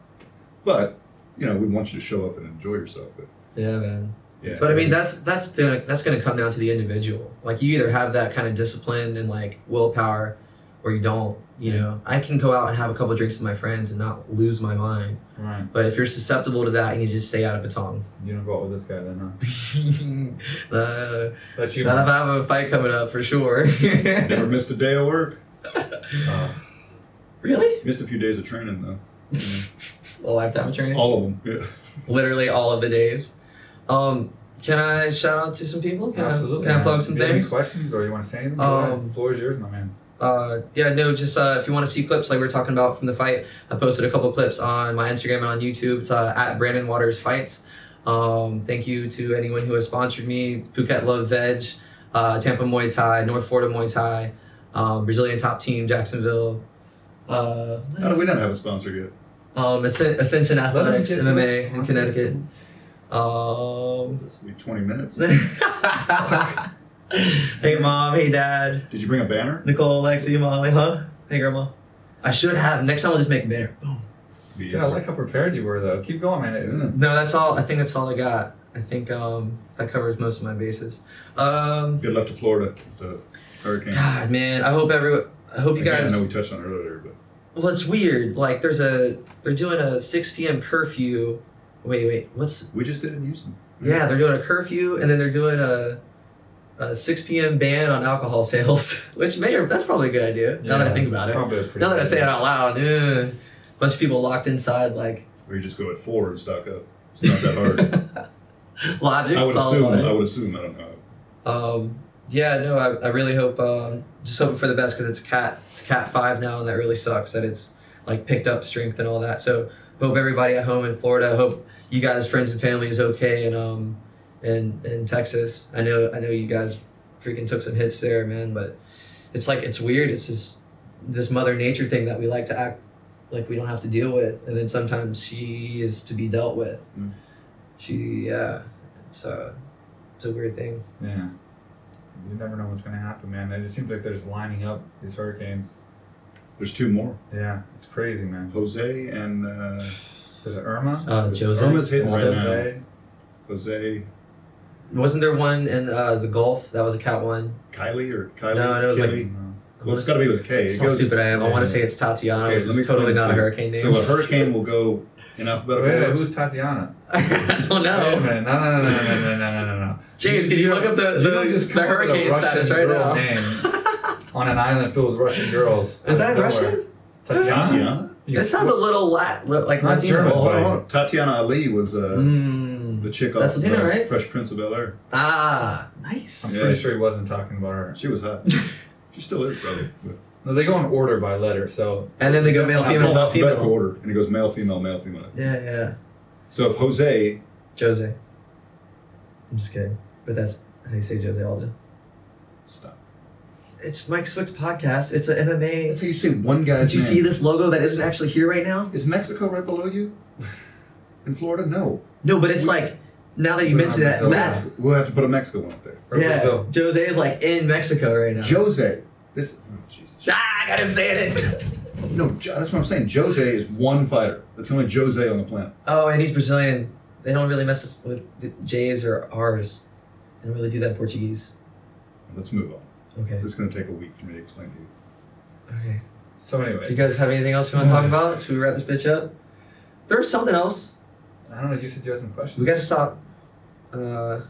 but you know we want you to show up and enjoy yourself. But
Yeah, man.
yeah,
But I mean, that's that's gonna that's gonna come down to the individual. Like you either have that kind of discipline and like willpower, or you don't. You know, I can go out and have a couple drinks with my friends and not lose my mind.
Right.
But if you're susceptible to that, you just stay out of Patong. <laughs>
You don't go out with this guy then, huh?
uh,
That's you.
not if
Mark.
I have a fight coming up for sure. <laughs>
never missed a day of work.
Uh,
really?
Missed a few days of training
a
though.
lifetime of training.
All of them. Yeah.
Literally all of the days. Um, can I shout out to some people? Can
absolutely.
I, can I
man.
plug some
Do you have
things?
Any questions or you want to say anything?
Um,
the floor is yours, my man.
Uh, yeah, no, just uh, if you want to see clips like we are talking about from the fight, I posted a couple clips on my Instagram and on YouTube. It's uh, at Brandon Waters Fights. Um, thank you to anyone who has sponsored me Phuket Love Veg, uh, Tampa Muay Thai, North Florida Muay Thai, um, Brazilian Top Team, Jacksonville. Uh,
How do we not have a sponsor yet?
um, Asc- Ascension Athletics,
Let him get
MMA in
those-
Connecticut. Um,
This will be 20
<laughs>
minutes.
hey mom, hey dad,
Did you bring a banner?
Nicole, Lexi, Molly, huh? Hey grandma. I should have. Next time I'll just make a banner. Boom.
Dude,
uh,
I like how prepared you were though. Keep going, man. It-
Yeah.
No, that's all. I think that's all I got. I think um, that covers most of my bases. Um,
Good luck to Florida, the hurricane.
God, man, I hope everyone. I hope you
Again, I know
guys.
we touched on it earlier, but
Well, it's weird. Like, there's a they're doing a 6 p.m. curfew. Wait, wait, what's?
we just didn't use them.
Yeah, they're doing a curfew, and then they're doing a, a 6 p.m. ban on alcohol sales, <laughs> which may or that's probably a good idea. now that I
Yeah,
think about it.
probably a pretty
Now that I
good
say it
idea.
out loud, a bunch of people locked inside, like <gasps>
Or you just go at four and stock up. It's not that
<laughs>
hard.
logic,
I would
solid
assume. I
logic.
would assume. I don't know.
Um, yeah, no, I, I really hope, um, just hoping for the best because it's cat, it's cat five now, and that really sucks that it's like picked up strength and all that. So hope everybody at home in Florida, I hope you guys, friends and family, is okay, and um, and in Texas, I know, I know you guys freaking took some hits there, man, but it's like it's weird. It's just this mother nature thing that we like to act like we don't have to deal with, and then sometimes she is to be dealt with.
Mm.
She, yeah, it's a, it's a weird thing.
Yeah. You never know what's gonna happen, man. It just seems like they're just lining up these hurricanes.
There's two more.
Yeah, it's crazy, man.
Jose and uh,
There's Irma.
Uh, Jose.
Irma's hitting right now.
Jose.
Jose,
Wasn't there one in uh, the Gulf that was a cat one?
Kylie or Kylie.
No, it was like-
Kylie?
No.
well, it's got to be with a K. It
It's how
goes,
stupid I am. I want to say it's Tatiana,
Okay,
which
let me
is
explain
totally
this
not a
to you.
hurricane name.
so a hurricane will go in
Wait,
alphabetical
wait,
order.
who's Tatiana?
<laughs> I don't
Wait a
know.
minute. No, no, no, no, no, no, no, no, no, down.
James, can you look up the-
you
the-
don't just
the
come up with a
hurricane
Russian
status right
girl
now.
name on an island filled with Russian girls.
<laughs> Is
out of
that
nowhere.
Russian?
Tatiana.
Tatiana?
You-
That sounds a little lat, li- like
It's not
Well,
German.
Latino.
hold on,
Everybody.
hold on. Tatiana Ali was uh,
Mm.
the chick off
That's Latina,
uh,
right?
Fresh Prince of Bel Air.
Ah,
I'm
nice.
Yeah.
pretty sure he wasn't talking about her.
She was hot.
<laughs>
she still is, probably. But
No, they go in order by letter, so
And then they go male,
That's
it's
female,
called
male,
alphabetical
female.
order, and it goes male, female, male, female.
Yeah, yeah.
So if Jose,
Jose. I'm just kidding, but that's how you say Jose Aldo.
stop.
It's Mike Swick's podcast. It's a MMA.
That's how you say one guy's
Did you
name.
see this logo that isn't actually here right now?
Is Mexico right below you? In Florida, no.
No, but it's
We-
like now that you
We're
mention
not
that,
Brazil.
that
We'll have to put a Mexico one up there.
or
yeah,
Brazil.
Jose is like in Mexico right now.
Jose. This. Oh, Jesus.
ah, I got him saying it. <laughs>
No, Jo- that's what I'm saying. Jose is one fighter. That's the only Jose on the planet.
oh, and he's Brazilian. They don't really mess us with the J's or R's. They don't really do that in Portuguese.
Let's move on.
Okay.
It's going to take a week for me to explain to you.
Okay.
So
Do you
anyway,
guys have anything else you want to talk about? Should we wrap this bitch up? There was something else.
I don't know. You said you had some questions.
We gotta stop. Uh,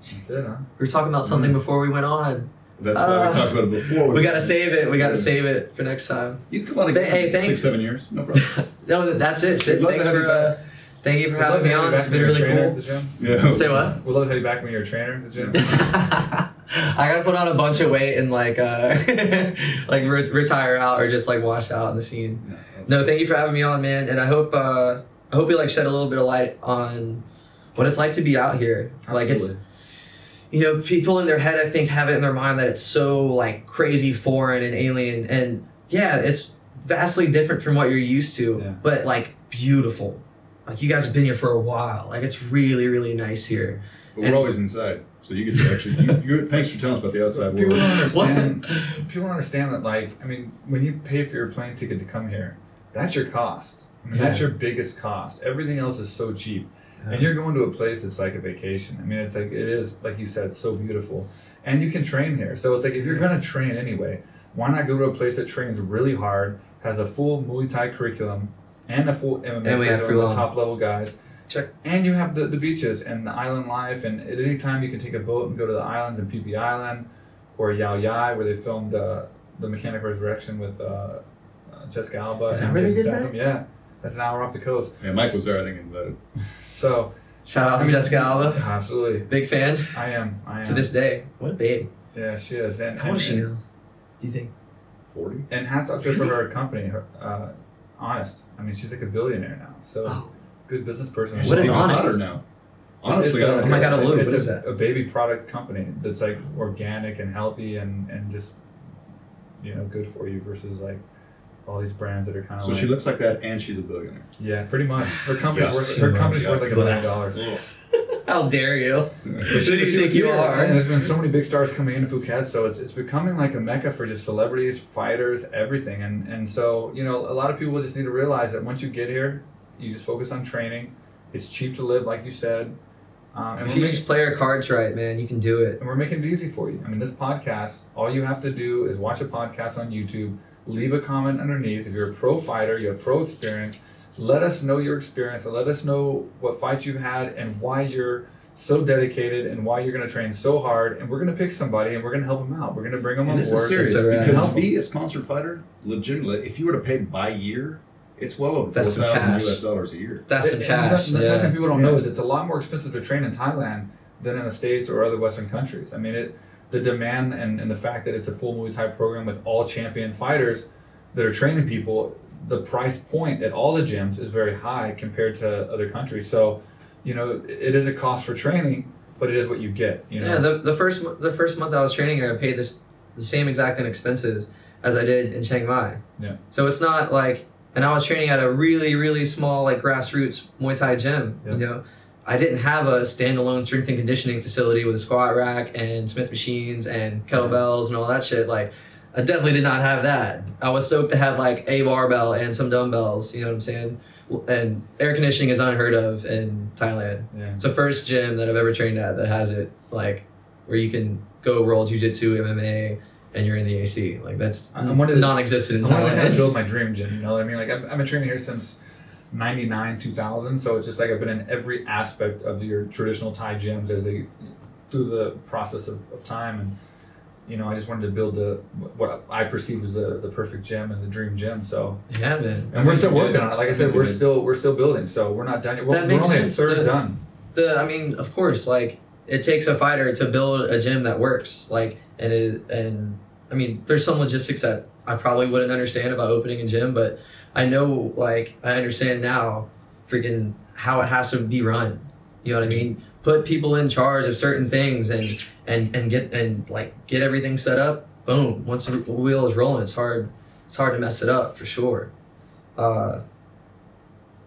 That's it, huh?
we were talking about something
Mm.
before we went on.
That's why
Uh,
we talked about it before.
We gotta save it. We gotta save it for next time. <laughs>
You can come on
Hey,
again.
hey,
in
thanks.
Six, seven years. No problem.
No, th- that's it.
We'd love
Thanks
to have
for
you back.
uh, thank you for having
We'd
me
love
on.
to have you back
It's
when
been
you're a
really
trainer at
cool.
the gym.
yeah.
Say what?
We'd love to have you back when you're a trainer at the gym.
I gotta put on a bunch of weight and like uh, <laughs> like re- retire out or just like wash out in the scene.
No,
No, thank you for having me on, man. And I hope uh, I hope you like shed a little bit of light on what it's like to be out here.
<laughs>
Like it's
Absolutely.
you know, people in their head I think have it in their mind that it's so like crazy foreign and alien and yeah, it's vastly different from what you're used to,
Yeah.
but like beautiful. Like you guys have been here for a while. Like it's really, really nice here.
But we're always inside, so you get to actually. You, you're, thanks for telling us about the outside
People don't
world.
understand. People don't understand that, like, I mean, when you pay for your plane ticket to come here, that's your cost. I mean, that's
Yeah.
your biggest cost. Everything else is so cheap, and you're going to a place that's like a vacation. I mean, it's like it is, like you said, so beautiful, and you can train here. So it's like if you're gonna train anyway, why not go to a place that trains really hard, has a full Muay Thai curriculum, and a full MMA
And we have
curriculum,
Freelon.
the top level guys.
Check.
And you have the, the beaches and the island life, and at any time you can take a boat and go to the islands in PP Island or Yao Yai, where they filmed uh, the Mechanic Resurrection with uh, uh, Jessica Alba.
Is that
and
where they
Jason
did
Statham.
that?
Yeah, that's an hour off the coast.
Yeah, Mike was there. I think invited.
So
Shout out
I
to
mean-
Jessica Alba.
absolutely,
Big fan
I am. I am.
to this day. What a babe.
yeah, she is. And,
How old
and,
is she now? Do you think?
Forty.
and hats off to her for her company. Her, uh, honest, I mean, she's like a billionaire now. So
Oh.
good business person.
What is
Even
honest?
hotter now? Honestly,
It's
I
a-
don't
Oh my
care.
God, Alou,
it's
what
a,
is that?
a baby product company that's like organic and healthy and, and just you know good for you versus like all these brands that are kind of
So
like,
she looks like that, and she's
<laughs>
a billionaire.
yeah pretty much her company's worth
Yes.
her company's
Yeah.
worth like a million dollars.
How dare you?
Yeah.
Who do you
She was
think you
here,
are?
And there's been so many big stars coming into Phuket, so it's it's becoming like a mecca for just celebrities, fighters, everything. And and so you know, a lot of people just need to realize that once you get here, you just focus on training. It's cheap to live, like you said. Um, and
If
we're
you
making-
just play your cards right, man, you can do it.
and we're making it easy for you. I mean, this podcast, all you have to do is watch a podcast on YouTube, leave a comment underneath. If you're a pro fighter, you have pro experience, let us know your experience and let us know what fights you've had and why you're so dedicated and why you're going to train so hard. And we're going to pick somebody and we're going to help them out. We're going to bring them
And
on
this is
board.
serious
It's uh, a wrap.
because to be a sponsored fighter, legitimately, if you were to pay by year, it's well over four
That's some
thousand
cash.
US dollars a year.
That's
And-
some
and
cash.
that's- that's
yeah.
One thing people don't know
Yeah.
is it's a lot more expensive to train in Thailand than in the States or other Western countries. I mean, it, the demand and, and the fact that it's a full Muay Thai program with all champion fighters that are training people, the price point at all the gyms is very high compared to other countries. So, you know, it- it is a cost for training, but it is what you get. You know,
Yeah, the, the first mo- the first month I was training here, I paid this the same exact in expenses as I did in Chiang Mai.
Yeah.
So it's not like, and I was training at a really really small like grassroots Muay Thai gym.
Yeah.
You know, I didn't have a standalone strength and conditioning facility with a squat rack and Smith machines and kettlebells and all that shit. Like, I definitely did not have that. I was stoked to have like a barbell and some dumbbells. You know what I'm saying? W- And air conditioning is unheard of in Thailand.
yeah.
It's the first gym that I've ever trained at that has it like where you can go roll jujitsu, MMA, and you're in the AC. Like that's
I wanted to-
non-existent in
I wanted to kind of
<laughs> Thailand.
build my dream gym. You know what I mean? Like I've, I've been training here since 99, 2000. So it's just like I've been in every aspect of your traditional Thai gyms as they through the process of, of time. And, you know, I just wanted to build the what I perceive as the, the perfect gym and the dream gym. So,
Yeah, man.
and we're still
think you
working
did.
on it. Like I
think
said,
you
we're
did.
still we're still building. So we're not done yet. We're,
That makes
we're only
sense,
a third
the-
done.
the I mean, of course, like it takes a fighter to build a gym that works. Like and it and I mean, there's some logistics that I probably wouldn't understand about opening a gym, but I know like I understand now freaking how it has to be run. You know what I mean? Put people in charge of certain things and and and get and like get everything set up. Boom. Once the wheel is rolling, it's hard it's hard to mess it up for sure. Uh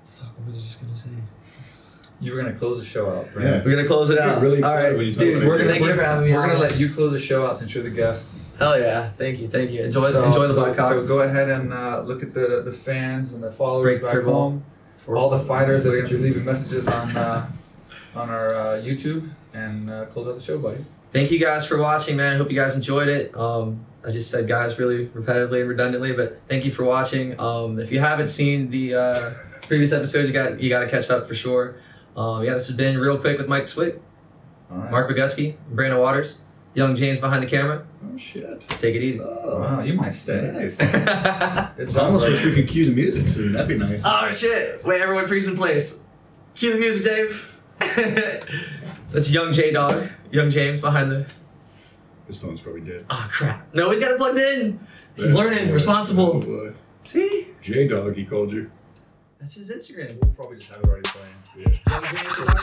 fuck, what was I just gonna say?
You were gonna close the show out, right?
Yeah.
We're gonna close it
You're
out.
really
All
excited
right,
when you talk
dude.
about
We're
it.
gonna thank you for having me.
We're
on.
gonna let you close the show out since you're the guest.
Hell yeah! Thank you, thank you. Enjoy,
So-
enjoy the
so-
black cock.
So go ahead and uh, look at the, the fans and the followers
Break
back
purple.
home. All the fighters that are going to be leaving messages on uh, on our uh, YouTube and uh, close out the show, buddy.
thank you guys for watching, man. I hope you guys enjoyed it. Um, I just said guys really repetitively and redundantly, but thank you for watching. Um, if you haven't seen the uh, previous episodes, you got you got to catch up for sure. Um, yeah, this has been real quick with Mike Swick,
All right.
Mark Bogutsky, Brandon Waters, Young James behind the camera.
Oh shit.
Take it easy. <laughs>
Oh,
Wow, you might stay.
nice.
oh
Good
I
job,
almost wish
buddy.
we could cue the music soon. That'd be nice.
Ah. shit! Wait, everyone freeze in place. Cue the music, James. <laughs> That's Young J Dog, Young James behind the
His phone's probably dead.
Oh crap. No, he's got it plugged in. He's
Yeah.
learning, responsible.
Oh, boy.
See?
J Dog, he called you.
That's his Instagram.
We'll probably just have it already playing.
Yeah.
Young James Dog.